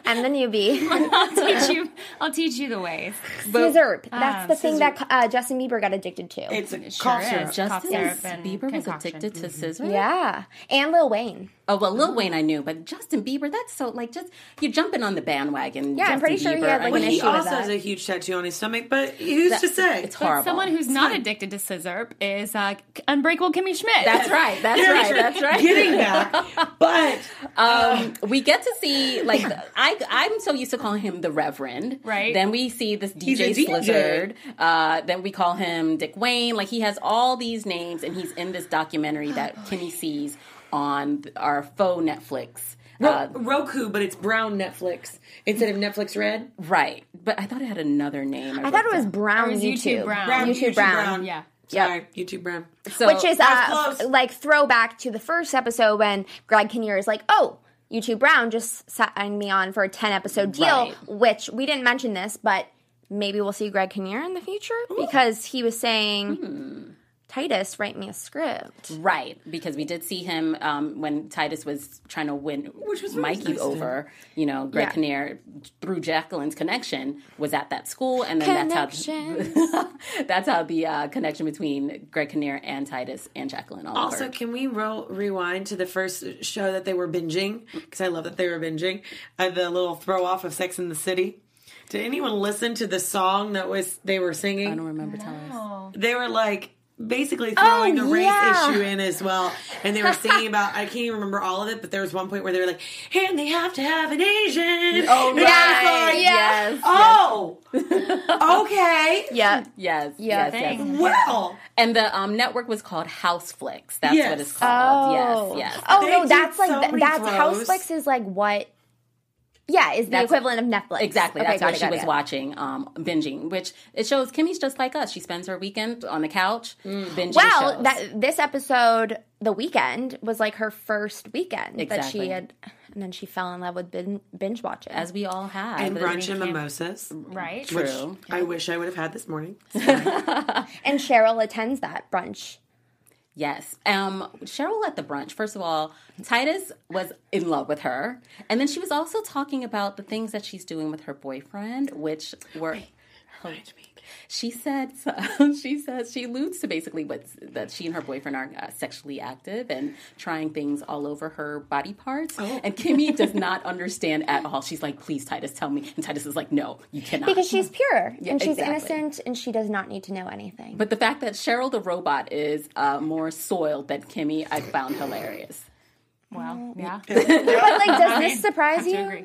Speaker 7: I'm the newbie.
Speaker 6: I'll teach you. I'll teach you the ways.
Speaker 7: Scissorp. That's the thing that uh, Justin Bieber got addicted to.
Speaker 5: It's a cough syrup.
Speaker 6: is.
Speaker 2: Justin
Speaker 6: Cough syrup and
Speaker 2: Bieber was
Speaker 6: concoction. Mm-hmm.
Speaker 2: addicted to scissors.
Speaker 7: yeah, and Lil Wayne.
Speaker 2: Oh well, Lil Wayne I knew, but Justin Bieber, that's so like just you're jumping on the bandwagon.
Speaker 7: Yeah,
Speaker 2: Justin
Speaker 7: I'm pretty sure he
Speaker 2: Bieber,
Speaker 7: had, like,
Speaker 2: I
Speaker 7: an
Speaker 5: Well,
Speaker 2: mean,
Speaker 5: he
Speaker 7: issue with
Speaker 5: also
Speaker 7: that.
Speaker 5: has a huge tattoo on his stomach, but who's to say?
Speaker 2: It's horrible.
Speaker 6: Someone who's not addicted to scissor is uh, Unbreakable Kimmy Schmidt.
Speaker 2: That's right. That's right. That's right.
Speaker 5: Getting back, but
Speaker 2: Um, we get to see like the- I I'm so used to calling him the Reverend.
Speaker 6: Right.
Speaker 2: Then we see this
Speaker 5: He's a
Speaker 2: DJ,
Speaker 5: DJ.
Speaker 2: Slizzard. Uh, then we call him Dick Wayne. Like he has all these names, and he's in this documentary that Kimmy sees on th- our faux Netflix. Uh,
Speaker 5: Roku, but it's brown Netflix instead of Netflix red.
Speaker 2: right. But I thought it had another name.
Speaker 7: I thought
Speaker 2: wrote
Speaker 7: it was
Speaker 2: down.
Speaker 7: brown
Speaker 6: Or is YouTube
Speaker 7: YouTube.
Speaker 6: brown?
Speaker 5: Brown,
Speaker 7: YouTube, brown.
Speaker 6: Yeah.
Speaker 5: Sorry, YouTube brown.
Speaker 2: So-
Speaker 7: Which is uh,
Speaker 5: was
Speaker 7: f-
Speaker 5: close.
Speaker 7: like throwback to the first episode when Greg Kinnear is like, oh, YouTube Brown just signed me on for a 10 episode deal,
Speaker 2: Right.
Speaker 7: which we didn't mention this, but maybe we'll see Greg Kinnear in the future because he was saying, Titus, write me a script.
Speaker 2: Right, because we did see him um, when Titus was trying to win Mikey over. You know, Greg
Speaker 7: Yeah.
Speaker 2: Kinnear through Jacqueline's connection was at that school, and then that's how that's how the uh, connection between Greg Kinnear and Titus and Jacqueline all
Speaker 5: Also,
Speaker 2: occurred.
Speaker 5: can we roll rewind to the first show that they were binging? Because I love that they were binging. Uh, the little throw off of Sex in the City. Did anyone listen to the song that was they were singing?
Speaker 2: I don't remember telling us.
Speaker 5: they were like basically throwing
Speaker 7: Oh,
Speaker 5: the race
Speaker 7: yeah.
Speaker 5: issue in as well. And they were singing about I can't even remember all of it, but there was one point where they were like, and they have to have an Asian. Oh
Speaker 7: right. Yes.
Speaker 5: Oh okay.
Speaker 7: Yeah.
Speaker 2: Yes,
Speaker 7: Yeah,
Speaker 2: yes, yes.
Speaker 6: thanks.
Speaker 5: Well
Speaker 2: And the um, network was called Houseflix. That's what
Speaker 5: Yes.
Speaker 2: it's called.
Speaker 7: Oh.
Speaker 2: Yes, yes.
Speaker 7: Oh
Speaker 5: They
Speaker 7: no,
Speaker 5: did
Speaker 7: that's like
Speaker 5: so
Speaker 7: th-
Speaker 5: many
Speaker 7: that's
Speaker 5: throws.
Speaker 7: Houseflix is like what? Yeah, is the
Speaker 2: That's-
Speaker 7: equivalent of Netflix.
Speaker 2: Exactly.
Speaker 7: Okay,
Speaker 2: That's
Speaker 7: got
Speaker 2: what
Speaker 7: it,
Speaker 2: she
Speaker 7: got it,
Speaker 2: was
Speaker 7: got it.
Speaker 2: watching, um, binging, which it shows Kimmy's just like us. She spends her weekend on the couch, binging
Speaker 7: Mm. Well,
Speaker 2: shows.
Speaker 7: that this episode, the weekend, was like her first weekend that
Speaker 2: Exactly.
Speaker 7: she had, and then she fell in love with bin, binge watching.
Speaker 2: as we all have.
Speaker 5: and
Speaker 2: But it
Speaker 5: brunch and
Speaker 2: became-
Speaker 5: mimosas.
Speaker 6: Right.
Speaker 5: Which
Speaker 2: True.
Speaker 5: I wish I would have had this morning.
Speaker 7: and Cheryl attends that brunch.
Speaker 2: Yes. Um, Cheryl at the brunch, first of all, Titus was in love with her. And then she was also talking about the things that she's doing with her boyfriend, which were. She said she says she alludes to basically what that she and her boyfriend are uh, sexually active and trying things all over her body parts. And Kimmy does not understand at all. She's like, "Please, Titus, tell me." And Titus is like, "No, you cannot."
Speaker 7: Because she's pure and she's
Speaker 2: Uh-huh. exactly.
Speaker 7: innocent and she does not need to know anything.
Speaker 2: But the fact that Cheryl the robot is uh, more soiled than Kimmy, I found hilarious.
Speaker 6: Wow. Yeah.
Speaker 7: But, like, does this surprise
Speaker 6: I
Speaker 7: you?
Speaker 6: agree.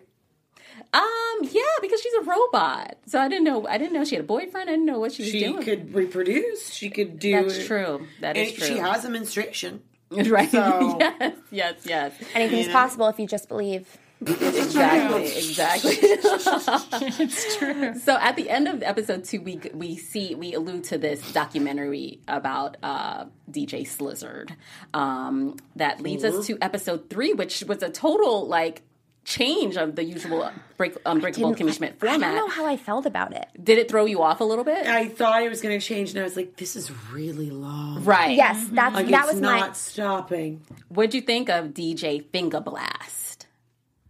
Speaker 2: Um, yeah, because she's a robot. So I didn't know. I didn't know she had a boyfriend. I didn't know what she was
Speaker 5: She
Speaker 2: doing.
Speaker 5: could reproduce. She could do
Speaker 2: That's true. That
Speaker 5: And
Speaker 2: is true.
Speaker 5: She has a menstruation.
Speaker 2: right.
Speaker 5: So-
Speaker 2: yes, yes, yes.
Speaker 7: Anything's possible if you just believe.
Speaker 2: Exactly, exactly. it's true. So at the end of episode two, we we see we allude to this documentary about uh, DJ Slizzard. Um, that leads us to episode three, which was a total like change of the usual break, unbreakable commitment
Speaker 7: I
Speaker 2: format.
Speaker 7: don't know how I felt about it.
Speaker 2: Did it throw you off a little bit?
Speaker 5: I thought it was going to change, and I was like, "This is really long.
Speaker 2: right.
Speaker 7: Yes, that's
Speaker 5: Like
Speaker 7: that
Speaker 5: it's
Speaker 7: was
Speaker 5: not
Speaker 7: my
Speaker 5: stopping."
Speaker 2: What'd you think of DJ Finger Blast?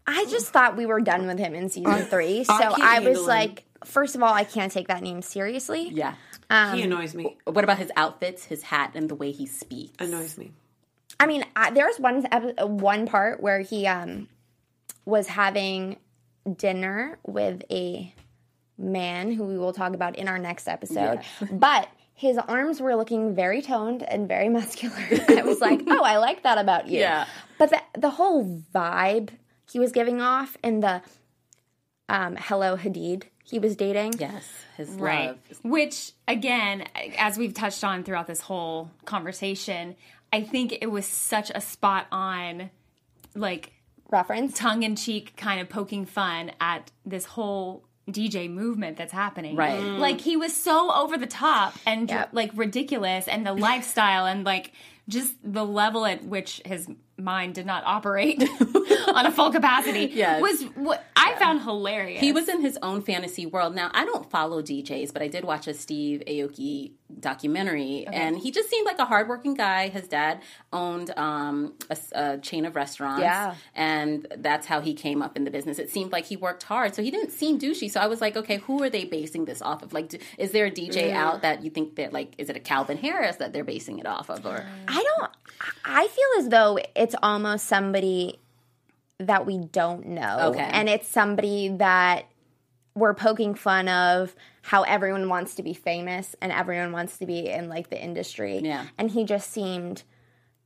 Speaker 7: I just thought we were done with him in season three. So
Speaker 5: can't
Speaker 7: I was
Speaker 5: handle him.
Speaker 7: like, first of all, I can't take that name seriously.
Speaker 2: Yeah.
Speaker 7: Um,
Speaker 5: he annoys me.
Speaker 2: What about his outfits, his hat, and the way he speaks?
Speaker 5: Annoys me.
Speaker 7: I mean, I, there was one epi- one part where he um was having dinner with a man who we will talk about in our next episode, but. His arms were looking very toned and very muscular. I was like, "Oh, I like that about you."
Speaker 2: Yeah.
Speaker 7: But the, the whole vibe he was giving off, and the um, hello Hadid he was dating,
Speaker 2: Yes, his
Speaker 6: Right.
Speaker 2: love.
Speaker 6: Which, again, as we've touched on throughout this whole conversation, I think it was such a spot on, like,
Speaker 7: reference
Speaker 6: tongue in cheek kind of poking fun at this whole DJ movement that's happening.
Speaker 2: Right. Mm.
Speaker 6: Like he was so over the top and
Speaker 7: Yep.
Speaker 6: like ridiculous and the lifestyle and like just the level at which his mind did not operate on a full capacity
Speaker 2: Yes.
Speaker 6: was what I found hilarious.
Speaker 2: He was in his own fantasy world. Now, I don't follow DJs, but I did watch a Steve Aoki documentary, and he just seemed like a hardworking guy. His dad owned um, a, s- a chain of restaurants,
Speaker 7: Yeah.
Speaker 2: and that's how he came up in the business. It seemed like he worked hard, so he didn't seem douchey. So I was like, okay, who are they basing this off of? Like, d is there a DJ
Speaker 7: Mm.
Speaker 2: out that you think that like is it a Calvin Harris that they're basing it off of, or
Speaker 7: I don't. I feel as though it's almost somebody that we don't know,
Speaker 2: Okay.
Speaker 7: and it's somebody that we're poking fun of how everyone wants to be famous and everyone wants to be in like the industry.
Speaker 2: Yeah.
Speaker 7: and he just seemed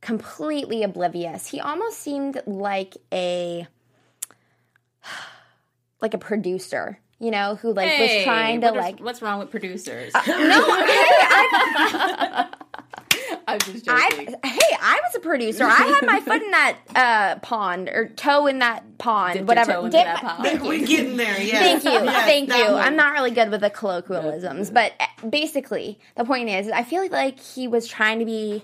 Speaker 7: completely oblivious. He almost seemed like a like a producer, you know, who like was
Speaker 2: Hey,
Speaker 7: trying to
Speaker 2: what is-
Speaker 7: like Uh,
Speaker 2: what's wrong with producers? I'm just joking.
Speaker 7: I hey, I was a producer. I had my foot in that uh, pond or toe in that pond,
Speaker 2: your
Speaker 7: whatever.
Speaker 2: toe into
Speaker 7: Dip
Speaker 2: that
Speaker 7: my-
Speaker 2: pond.
Speaker 7: Thank you.
Speaker 5: We're getting there. Yeah.
Speaker 7: Thank you.
Speaker 5: Yes,
Speaker 7: Thank you.
Speaker 5: that one.
Speaker 7: I'm not really good with the colloquialisms, but uh, basically, the point is, I feel like he was trying to be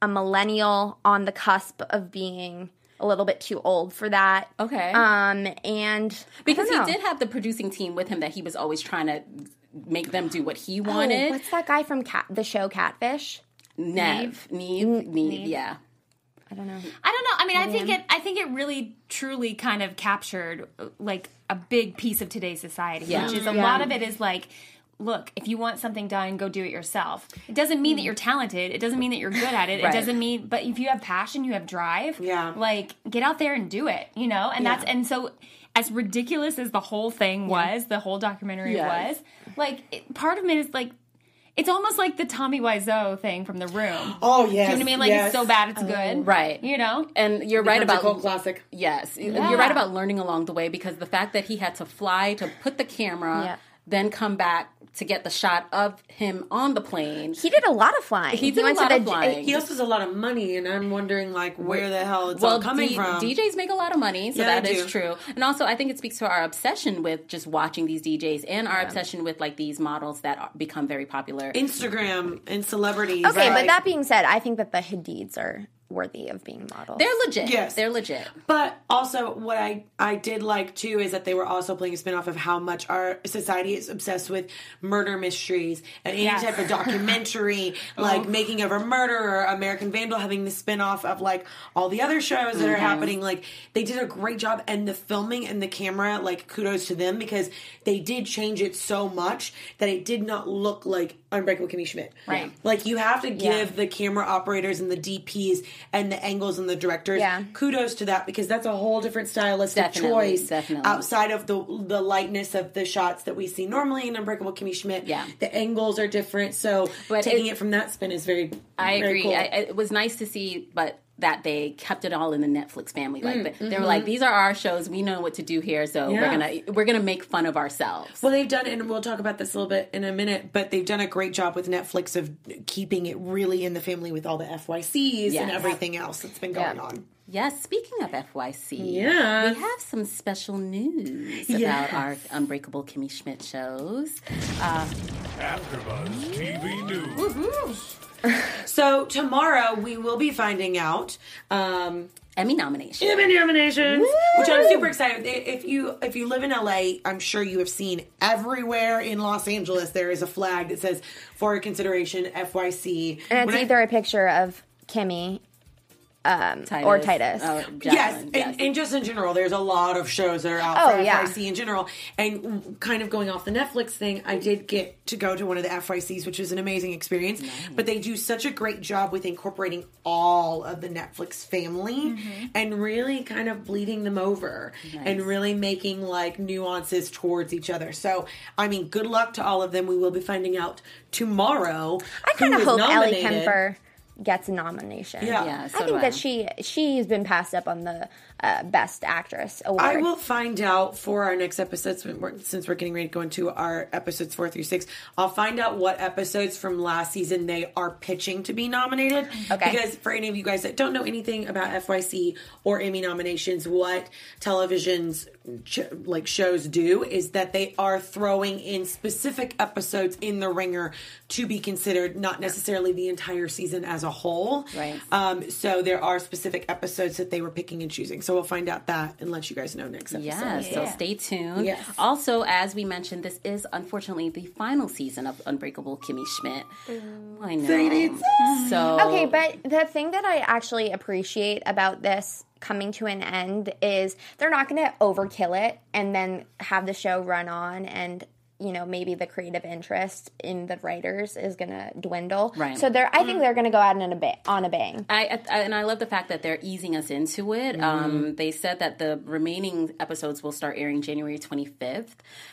Speaker 7: a millennial on the cusp of being a little bit too old for that.
Speaker 2: Okay.
Speaker 7: Um, and I
Speaker 2: because
Speaker 7: don't know.
Speaker 2: he did have the producing team with him that he was always trying to make them do what he
Speaker 7: Oh,
Speaker 2: wanted.
Speaker 7: what's that guy from Cat, the show Catfish?
Speaker 2: Nev, Neve, Neve, yeah.
Speaker 7: I don't know.
Speaker 6: I don't know. I mean, I think it. I think it really, truly, kind of captured uh, like a big piece of today's society,
Speaker 2: Yeah.
Speaker 6: which is a lot of it is like. Look, if you want something done, go do it yourself. It doesn't mean that you're talented. It doesn't mean that you're good at it.
Speaker 2: Mm. Right.
Speaker 6: It doesn't mean, but if you have passion, you have drive.
Speaker 5: Yeah.
Speaker 6: Like, get out there and do it, you know? And that's, and so, as ridiculous as the whole thing was, the whole documentary
Speaker 2: Yes.
Speaker 6: was, like, it, part of it is like, it's almost like the Tommy Wiseau thing from the room.
Speaker 5: Oh yes.
Speaker 6: Do you know what I mean? Like,
Speaker 5: yes.
Speaker 6: it's so bad, it's good.
Speaker 2: Right.
Speaker 6: You know?
Speaker 2: And you're right
Speaker 5: Becomes a
Speaker 2: about
Speaker 5: cult classic.
Speaker 2: Yes, you're right about learning along the way because the fact that he had to fly to put the camera,
Speaker 7: Yeah.
Speaker 2: then come back to get the shot of him on the plane.
Speaker 7: He did a lot of flying.
Speaker 2: He did a
Speaker 7: went to
Speaker 2: lot of
Speaker 7: the-
Speaker 2: flying.
Speaker 5: He also has a lot of money, and I'm wondering like where the hell it's all coming
Speaker 2: D-
Speaker 5: from.
Speaker 2: DJs make a lot of money, so
Speaker 5: Yeah,
Speaker 2: that
Speaker 5: they
Speaker 2: is
Speaker 5: do.
Speaker 2: true. And also, I think it speaks to our obsession with just watching these DJs and our obsession with like these models that are, become very popular.
Speaker 5: Instagram and celebrities.
Speaker 7: Okay,
Speaker 5: like-
Speaker 7: but that being said, I think that the Hadids are worthy of being models.
Speaker 2: They're legit.
Speaker 5: Yes.
Speaker 2: they're legit.
Speaker 5: But also, what I I did like too is that they were also playing a spinoff of how much our society is obsessed with murder mysteries and any type of documentary, like Making of a Murderer, American Vandal, having the spinoff of like all the other shows that are happening. Like they did a great job, and the filming and the camera, like kudos to them because they did change it so much that it did not look like Unbreakable Kimmy Schmidt.
Speaker 6: Right.
Speaker 5: Like you have to give the camera operators and the DPs and the angles and the directors
Speaker 7: Yeah.
Speaker 5: kudos to that because that's a whole different stylistic
Speaker 2: Definitely,
Speaker 5: choice
Speaker 2: definitely.
Speaker 5: outside of the the lightness of the shots that we see normally in Unbreakable Kimmy Schmidt.
Speaker 2: Yeah.
Speaker 5: The angles are different. So
Speaker 2: But
Speaker 5: taking it,
Speaker 2: it-
Speaker 5: from that spin is very
Speaker 2: I
Speaker 5: very
Speaker 2: agree.
Speaker 5: cool.
Speaker 2: I, I- it was nice to see, but that they kept it all in the Netflix family. Like they, they were like, these are our shows. We know what to do here, so
Speaker 5: Mm, mm-hmm. Yeah.
Speaker 2: we're gonna we're gonna make fun of ourselves.
Speaker 5: well, they've done, and we'll talk about this a little bit in a minute. But they've done a great job with Netflix of keeping it really in the family with all the FYCs and
Speaker 2: Yes.
Speaker 5: everything else that's been going on.
Speaker 2: Yes, speaking of FYC,
Speaker 5: Yes.
Speaker 2: we have some special news
Speaker 5: Yes.
Speaker 2: about our Unbreakable Kimmy Schmidt shows.
Speaker 3: AfterBuzz TV News.
Speaker 5: So tomorrow we will be finding out. Um,
Speaker 2: Emmy nomination.
Speaker 5: Emmy nominations, which I'm super excited. I- If you if you live in LA, I'm sure you have seen everywhere in Los Angeles there is a flag that says for your consideration FYC.
Speaker 7: and it's
Speaker 5: When I-
Speaker 7: either a picture of Kimmy or Titus.
Speaker 2: Oh,
Speaker 5: Yes,
Speaker 2: Jacqueline,
Speaker 5: and, and just in general, there's a lot of shows that are out
Speaker 7: Oh,
Speaker 5: for
Speaker 7: yeah.
Speaker 5: FYC in general. And w- kind of going off the Netflix thing, I did get to go to one of the FYCs, which was an amazing experience. But they do such a great job with incorporating all of the Netflix family
Speaker 7: Mm-hmm.
Speaker 5: and really kind of bleeding them over and really making like nuances towards each other. So, I mean, good luck to all of them. We will be finding out tomorrow.
Speaker 7: I kind of
Speaker 5: who is
Speaker 7: hope Ellie
Speaker 5: nominated.
Speaker 7: Kemper gets a nomination.
Speaker 5: Yeah.
Speaker 2: yeah, so do
Speaker 7: I think that she she's been passed up on the uh, best actress award.
Speaker 5: I will find out for our next episodes when we're- since we're getting ready to go into our episodes four through six. I'll find out what episodes from last season they are pitching to be nominated.
Speaker 7: Okay.
Speaker 5: Because for any of you guys that don't know anything about FYC or Emmy nominations, what television's ch- like shows do is that they are throwing in specific episodes in the ringer to be considered, not necessarily the entire season as a whole.
Speaker 2: Right.
Speaker 5: Um, so there are specific episodes that they were picking and choosing. So we'll find out that and let you guys know next episode.
Speaker 2: Yeah, so stay tuned.
Speaker 5: Yes.
Speaker 2: Also, as we mentioned, this is unfortunately the final season of Unbreakable Kimmy Schmidt.
Speaker 5: Mm.
Speaker 2: I know. So
Speaker 7: Okay, but the thing that I actually appreciate about this coming to an end is they're not going to overkill it and then have the show run on and you know maybe the creative interest in the writers is going to dwindle.
Speaker 2: Right. Mm.
Speaker 7: So they're I think they're going to go out on a ba- on a bang.
Speaker 2: I, I and I love the fact that they're easing us into it.
Speaker 7: Mm-hmm.
Speaker 2: Um, they said that the remaining episodes will start airing January 25th.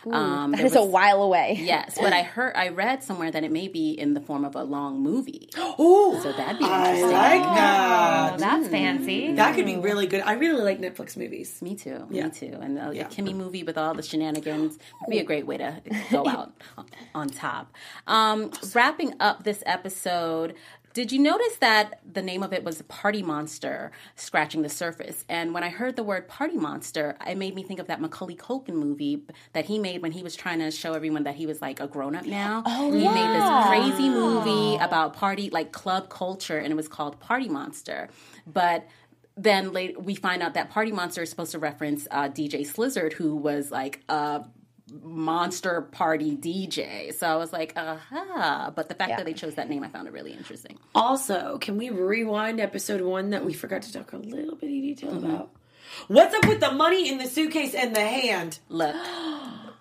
Speaker 2: Um,
Speaker 7: That
Speaker 2: there
Speaker 7: is a
Speaker 2: was-
Speaker 7: while away.
Speaker 2: Yes, but I heard I read somewhere that it may be in the form of a long movie.
Speaker 5: Ooh,
Speaker 2: So that'd be
Speaker 5: I
Speaker 2: interesting.
Speaker 5: like that.
Speaker 6: Oh,
Speaker 2: Mm.
Speaker 6: that's fancy.
Speaker 5: That could be really good. I really like Netflix movies.
Speaker 2: Me too. Me too. And a, a Kimmy movie with all the shenanigans would be a great way to go out on top. Um, wrapping up this episode, did you notice that the name of it was Party Monster Scratching the Surface? And when I heard the word Party Monster, it made me think of that Macaulay Culkin movie that he made when he was trying to show everyone that he was like a grown up now. Oh, he made this crazy movie about party, like club culture, and it was called Party Monster. But then late, we find out that Party Monster is supposed to reference uh, DJ Slizzard, who was like a monster party DJ. So I was like, aha. But the fact that they chose that name, I found it really interesting.
Speaker 5: Also, can we rewind episode one that we forgot to talk a little bit in detail
Speaker 2: Mm-hmm.
Speaker 5: about? What's up with the money in the suitcase and the hand?
Speaker 2: Look.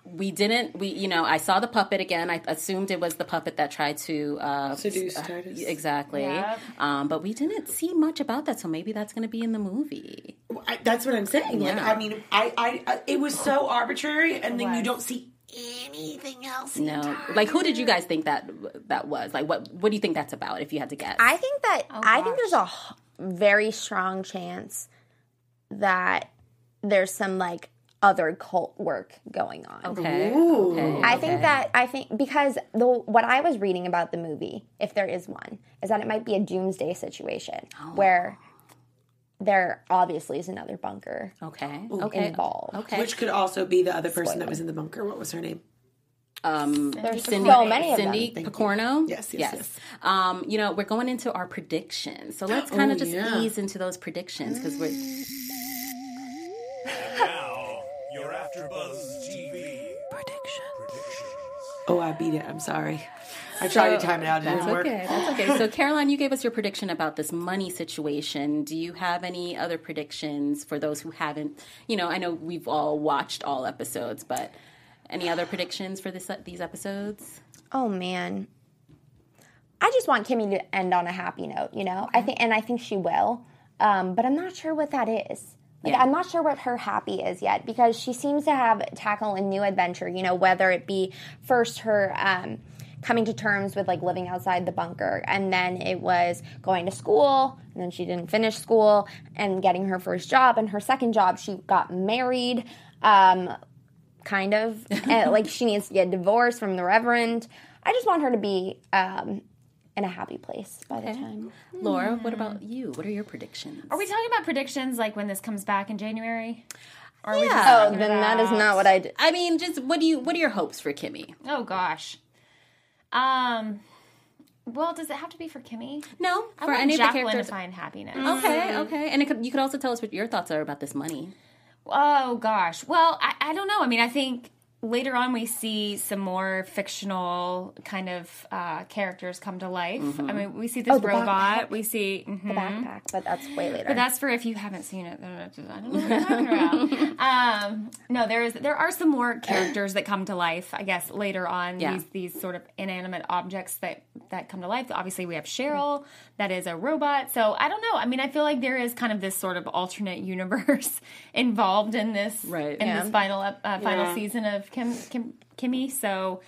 Speaker 2: We didn't. We, you know, I saw the puppet again. I assumed it was the puppet that tried to uh,
Speaker 5: Seduce Titus.
Speaker 2: Exactly. Um, but we didn't see much about that, so maybe that's going to be in the movie.
Speaker 5: I, that's what I'm saying. Like, I mean, I, I, I, it was so arbitrary, and then you don't see anything else.
Speaker 2: No, like who did you guys think that that was? Like, what what do you think that's about? If you had to guess,
Speaker 7: I think that
Speaker 2: Oh,
Speaker 7: I think there's a h- very strong chance that there's some like other cult work going on.
Speaker 2: okay. okay.
Speaker 7: I think that I think because the what I was reading about the movie, if there is one, is that it might be a doomsday situation where there obviously is another bunker
Speaker 2: Okay. Okay.
Speaker 7: involved.
Speaker 2: Okay.
Speaker 5: Which could also be the other person that was in the bunker. What was her name?
Speaker 2: um,
Speaker 7: There's
Speaker 2: Cindy,
Speaker 7: so many of
Speaker 2: Cindy
Speaker 7: them.
Speaker 2: Picorno.
Speaker 5: Yes, yes, yes.
Speaker 2: Um, you know, we're going into our predictions, so let's kind of just ease into those predictions because we're
Speaker 3: Now, your AfterBuzz TV
Speaker 5: Oh, I beat it. I'm sorry. I tried to time it out. It didn't work.
Speaker 2: okay. That's okay. So, Caroline, you gave us your prediction about this money situation. Do you have any other predictions for those who haven't? You know, I know we've all watched all episodes, but any other predictions for this these episodes?
Speaker 7: Oh man. I just want Kimmy to end on a happy note, you know? I think and I think she will. Um, but I'm not sure what that is. Like I'm not sure what her happy is yet because she seems to have tackle a new adventure, you know, whether it be first her um coming to terms with like living outside the bunker and then it was going to school and then she didn't finish school and getting her first job and her second job she got married um kind of And, like she needs to get divorced from the reverend i just want her to be um, in a happy place by the time
Speaker 2: Laura, what about you? What are your predictions?
Speaker 6: Are we talking about predictions like when this comes back in January? Or Are we just
Speaker 7: oh
Speaker 6: talking
Speaker 7: then
Speaker 6: about-
Speaker 7: that is not what i did
Speaker 2: I mean, just what do you what are your hopes for Kimmy?
Speaker 6: Oh gosh. Um. Well, does it have to be for Kimmy?
Speaker 2: No,
Speaker 6: I
Speaker 2: for
Speaker 6: want
Speaker 2: any
Speaker 6: Jacqueline
Speaker 2: of the characters. Mm.
Speaker 6: to find happiness.
Speaker 2: Okay,
Speaker 5: Mm-hmm.
Speaker 2: okay, and it could, you could also tell us what your thoughts are about this money.
Speaker 6: Oh gosh. Well, I, I don't know. I mean, I think later on we see some more fictional kind of uh, characters come to life.
Speaker 2: Mm-hmm.
Speaker 6: I mean, we see this
Speaker 2: Oh,
Speaker 7: the
Speaker 6: robot. We see. mhm.
Speaker 7: the backpack but that's way later
Speaker 6: But that's for if you haven't seen it. then I don't know what I'm talking about. Um, no, there is there are some more characters that come to life. I guess later on
Speaker 2: Yeah.
Speaker 6: these these sort of inanimate objects that that come to life. Obviously, we have Cheryl that is a robot. So I don't know. I mean, I feel like there is kind of this sort of alternate universe involved in this
Speaker 2: Right.
Speaker 6: in
Speaker 2: Yeah.
Speaker 6: this final ep- uh, final season of Kim Kim Kimmy. So.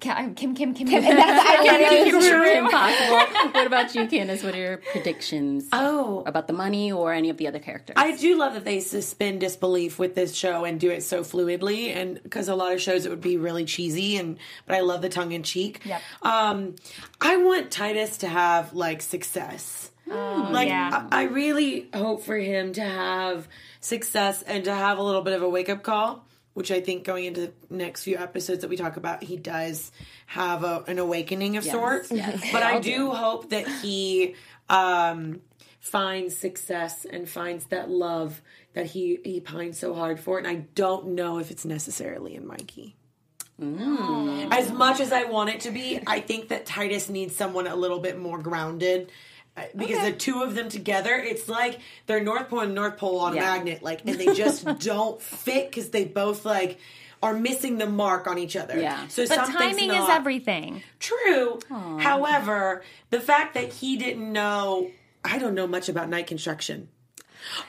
Speaker 6: Kim Kim Kim Kim.
Speaker 2: Impossible. what about you, Candace? What are your predictions?
Speaker 5: Oh.
Speaker 2: about the money or any of the other characters?
Speaker 5: I do love that they suspend disbelief with this show and do it so fluidly, and because a lot of shows it would be really cheesy, and but I love the tongue in cheek.
Speaker 6: Yep.
Speaker 5: Um, I want Titus to have like success. like
Speaker 6: Oh, yeah.
Speaker 5: I, I really hope for him to have success and to have a little bit of a wake up call. Which I think going into the next few episodes that we talk about, he does have a, an awakening of sorts. But I do hope that he um, finds success and finds that love that he he pines so hard for and i don't know if it's necessarily in mikey as much as i want it to be i think that titus needs someone a little bit more grounded uh, because the two of them together it's like they're north pole and north pole on a magnet like and they just don't fit because they both like are missing the mark on each other.
Speaker 2: Yeah.
Speaker 5: So
Speaker 6: But
Speaker 5: something's
Speaker 6: timing
Speaker 5: not
Speaker 6: is everything.
Speaker 5: True. However, the fact that he didn't know, I don't know much about night construction.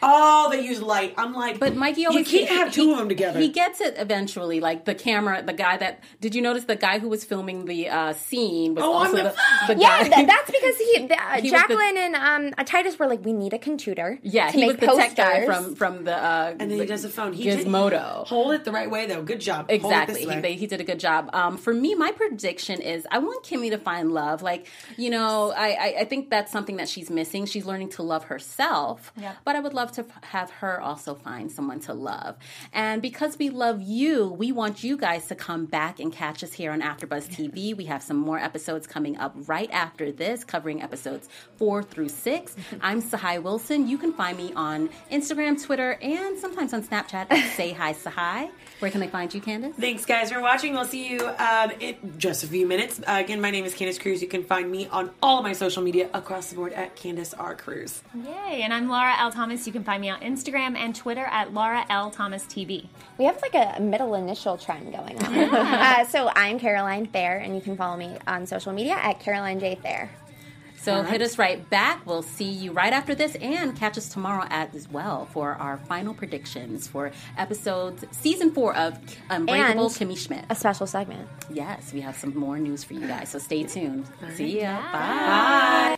Speaker 5: Oh, they use light. I'm like,
Speaker 2: But Mikey always
Speaker 5: you can't
Speaker 2: he-
Speaker 5: have two
Speaker 2: he-
Speaker 5: of them together.
Speaker 2: He gets it eventually. Like the camera, the guy that did you notice the guy who was filming the uh, scene was
Speaker 5: Oh, I'm
Speaker 2: also
Speaker 5: the-
Speaker 2: the, the
Speaker 7: Yeah,
Speaker 2: guy.
Speaker 7: th- that's because he, the, uh,
Speaker 2: He was the-
Speaker 7: Jacqueline and um, uh, Titus were like, we need a computer.
Speaker 2: yeah,
Speaker 7: to
Speaker 2: he was
Speaker 7: make
Speaker 2: the tech guy
Speaker 7: posters."
Speaker 2: from from the uh,
Speaker 5: and then
Speaker 2: the
Speaker 5: he does the phone. He did-
Speaker 2: Gizmodo.
Speaker 5: hold it the right way, though. Good job. Hold it
Speaker 2: Exactly.
Speaker 5: this
Speaker 2: He,
Speaker 5: way.
Speaker 2: they, he did a good job. Um, for me, my prediction is I want Kimmy to find love. Like, you know, I, I, I think that's something that she's missing. She's learning to love herself. But I would love to f- have her also find someone to love. And because we love you, we want you guys to come back and catch us here on AfterBuzz TV. We have some more episodes coming up right after this, covering episodes four through six. I'm Sahai Wilson. You can find me on Instagram, Twitter, and sometimes on Snapchat at Say Hi Sahai. Where can they find you, Candace?
Speaker 5: Thanks, guys, for watching. We'll see you um, in just a few minutes. Uh, again, my name is Candace Cruz. You can find me on all of my social media across the board at Candace R. Cruz.
Speaker 6: Yay. And I'm Laura L. Thomas. You can find me on Instagram and Twitter at Laura L. Thomas TV.
Speaker 7: We have like a middle initial trend going on. uh, so I'm Caroline Thayer, and you can follow me on social media at Caroline J. Thayer.
Speaker 2: So hit us right back. We'll see you right after this and catch us tomorrow at as well for our final predictions for episodes season four of Unbreakable
Speaker 7: And-
Speaker 2: Kimmy Schmidt.
Speaker 7: A special segment.
Speaker 2: Yes, we have some more news for you guys. So stay tuned. See ya. Bye.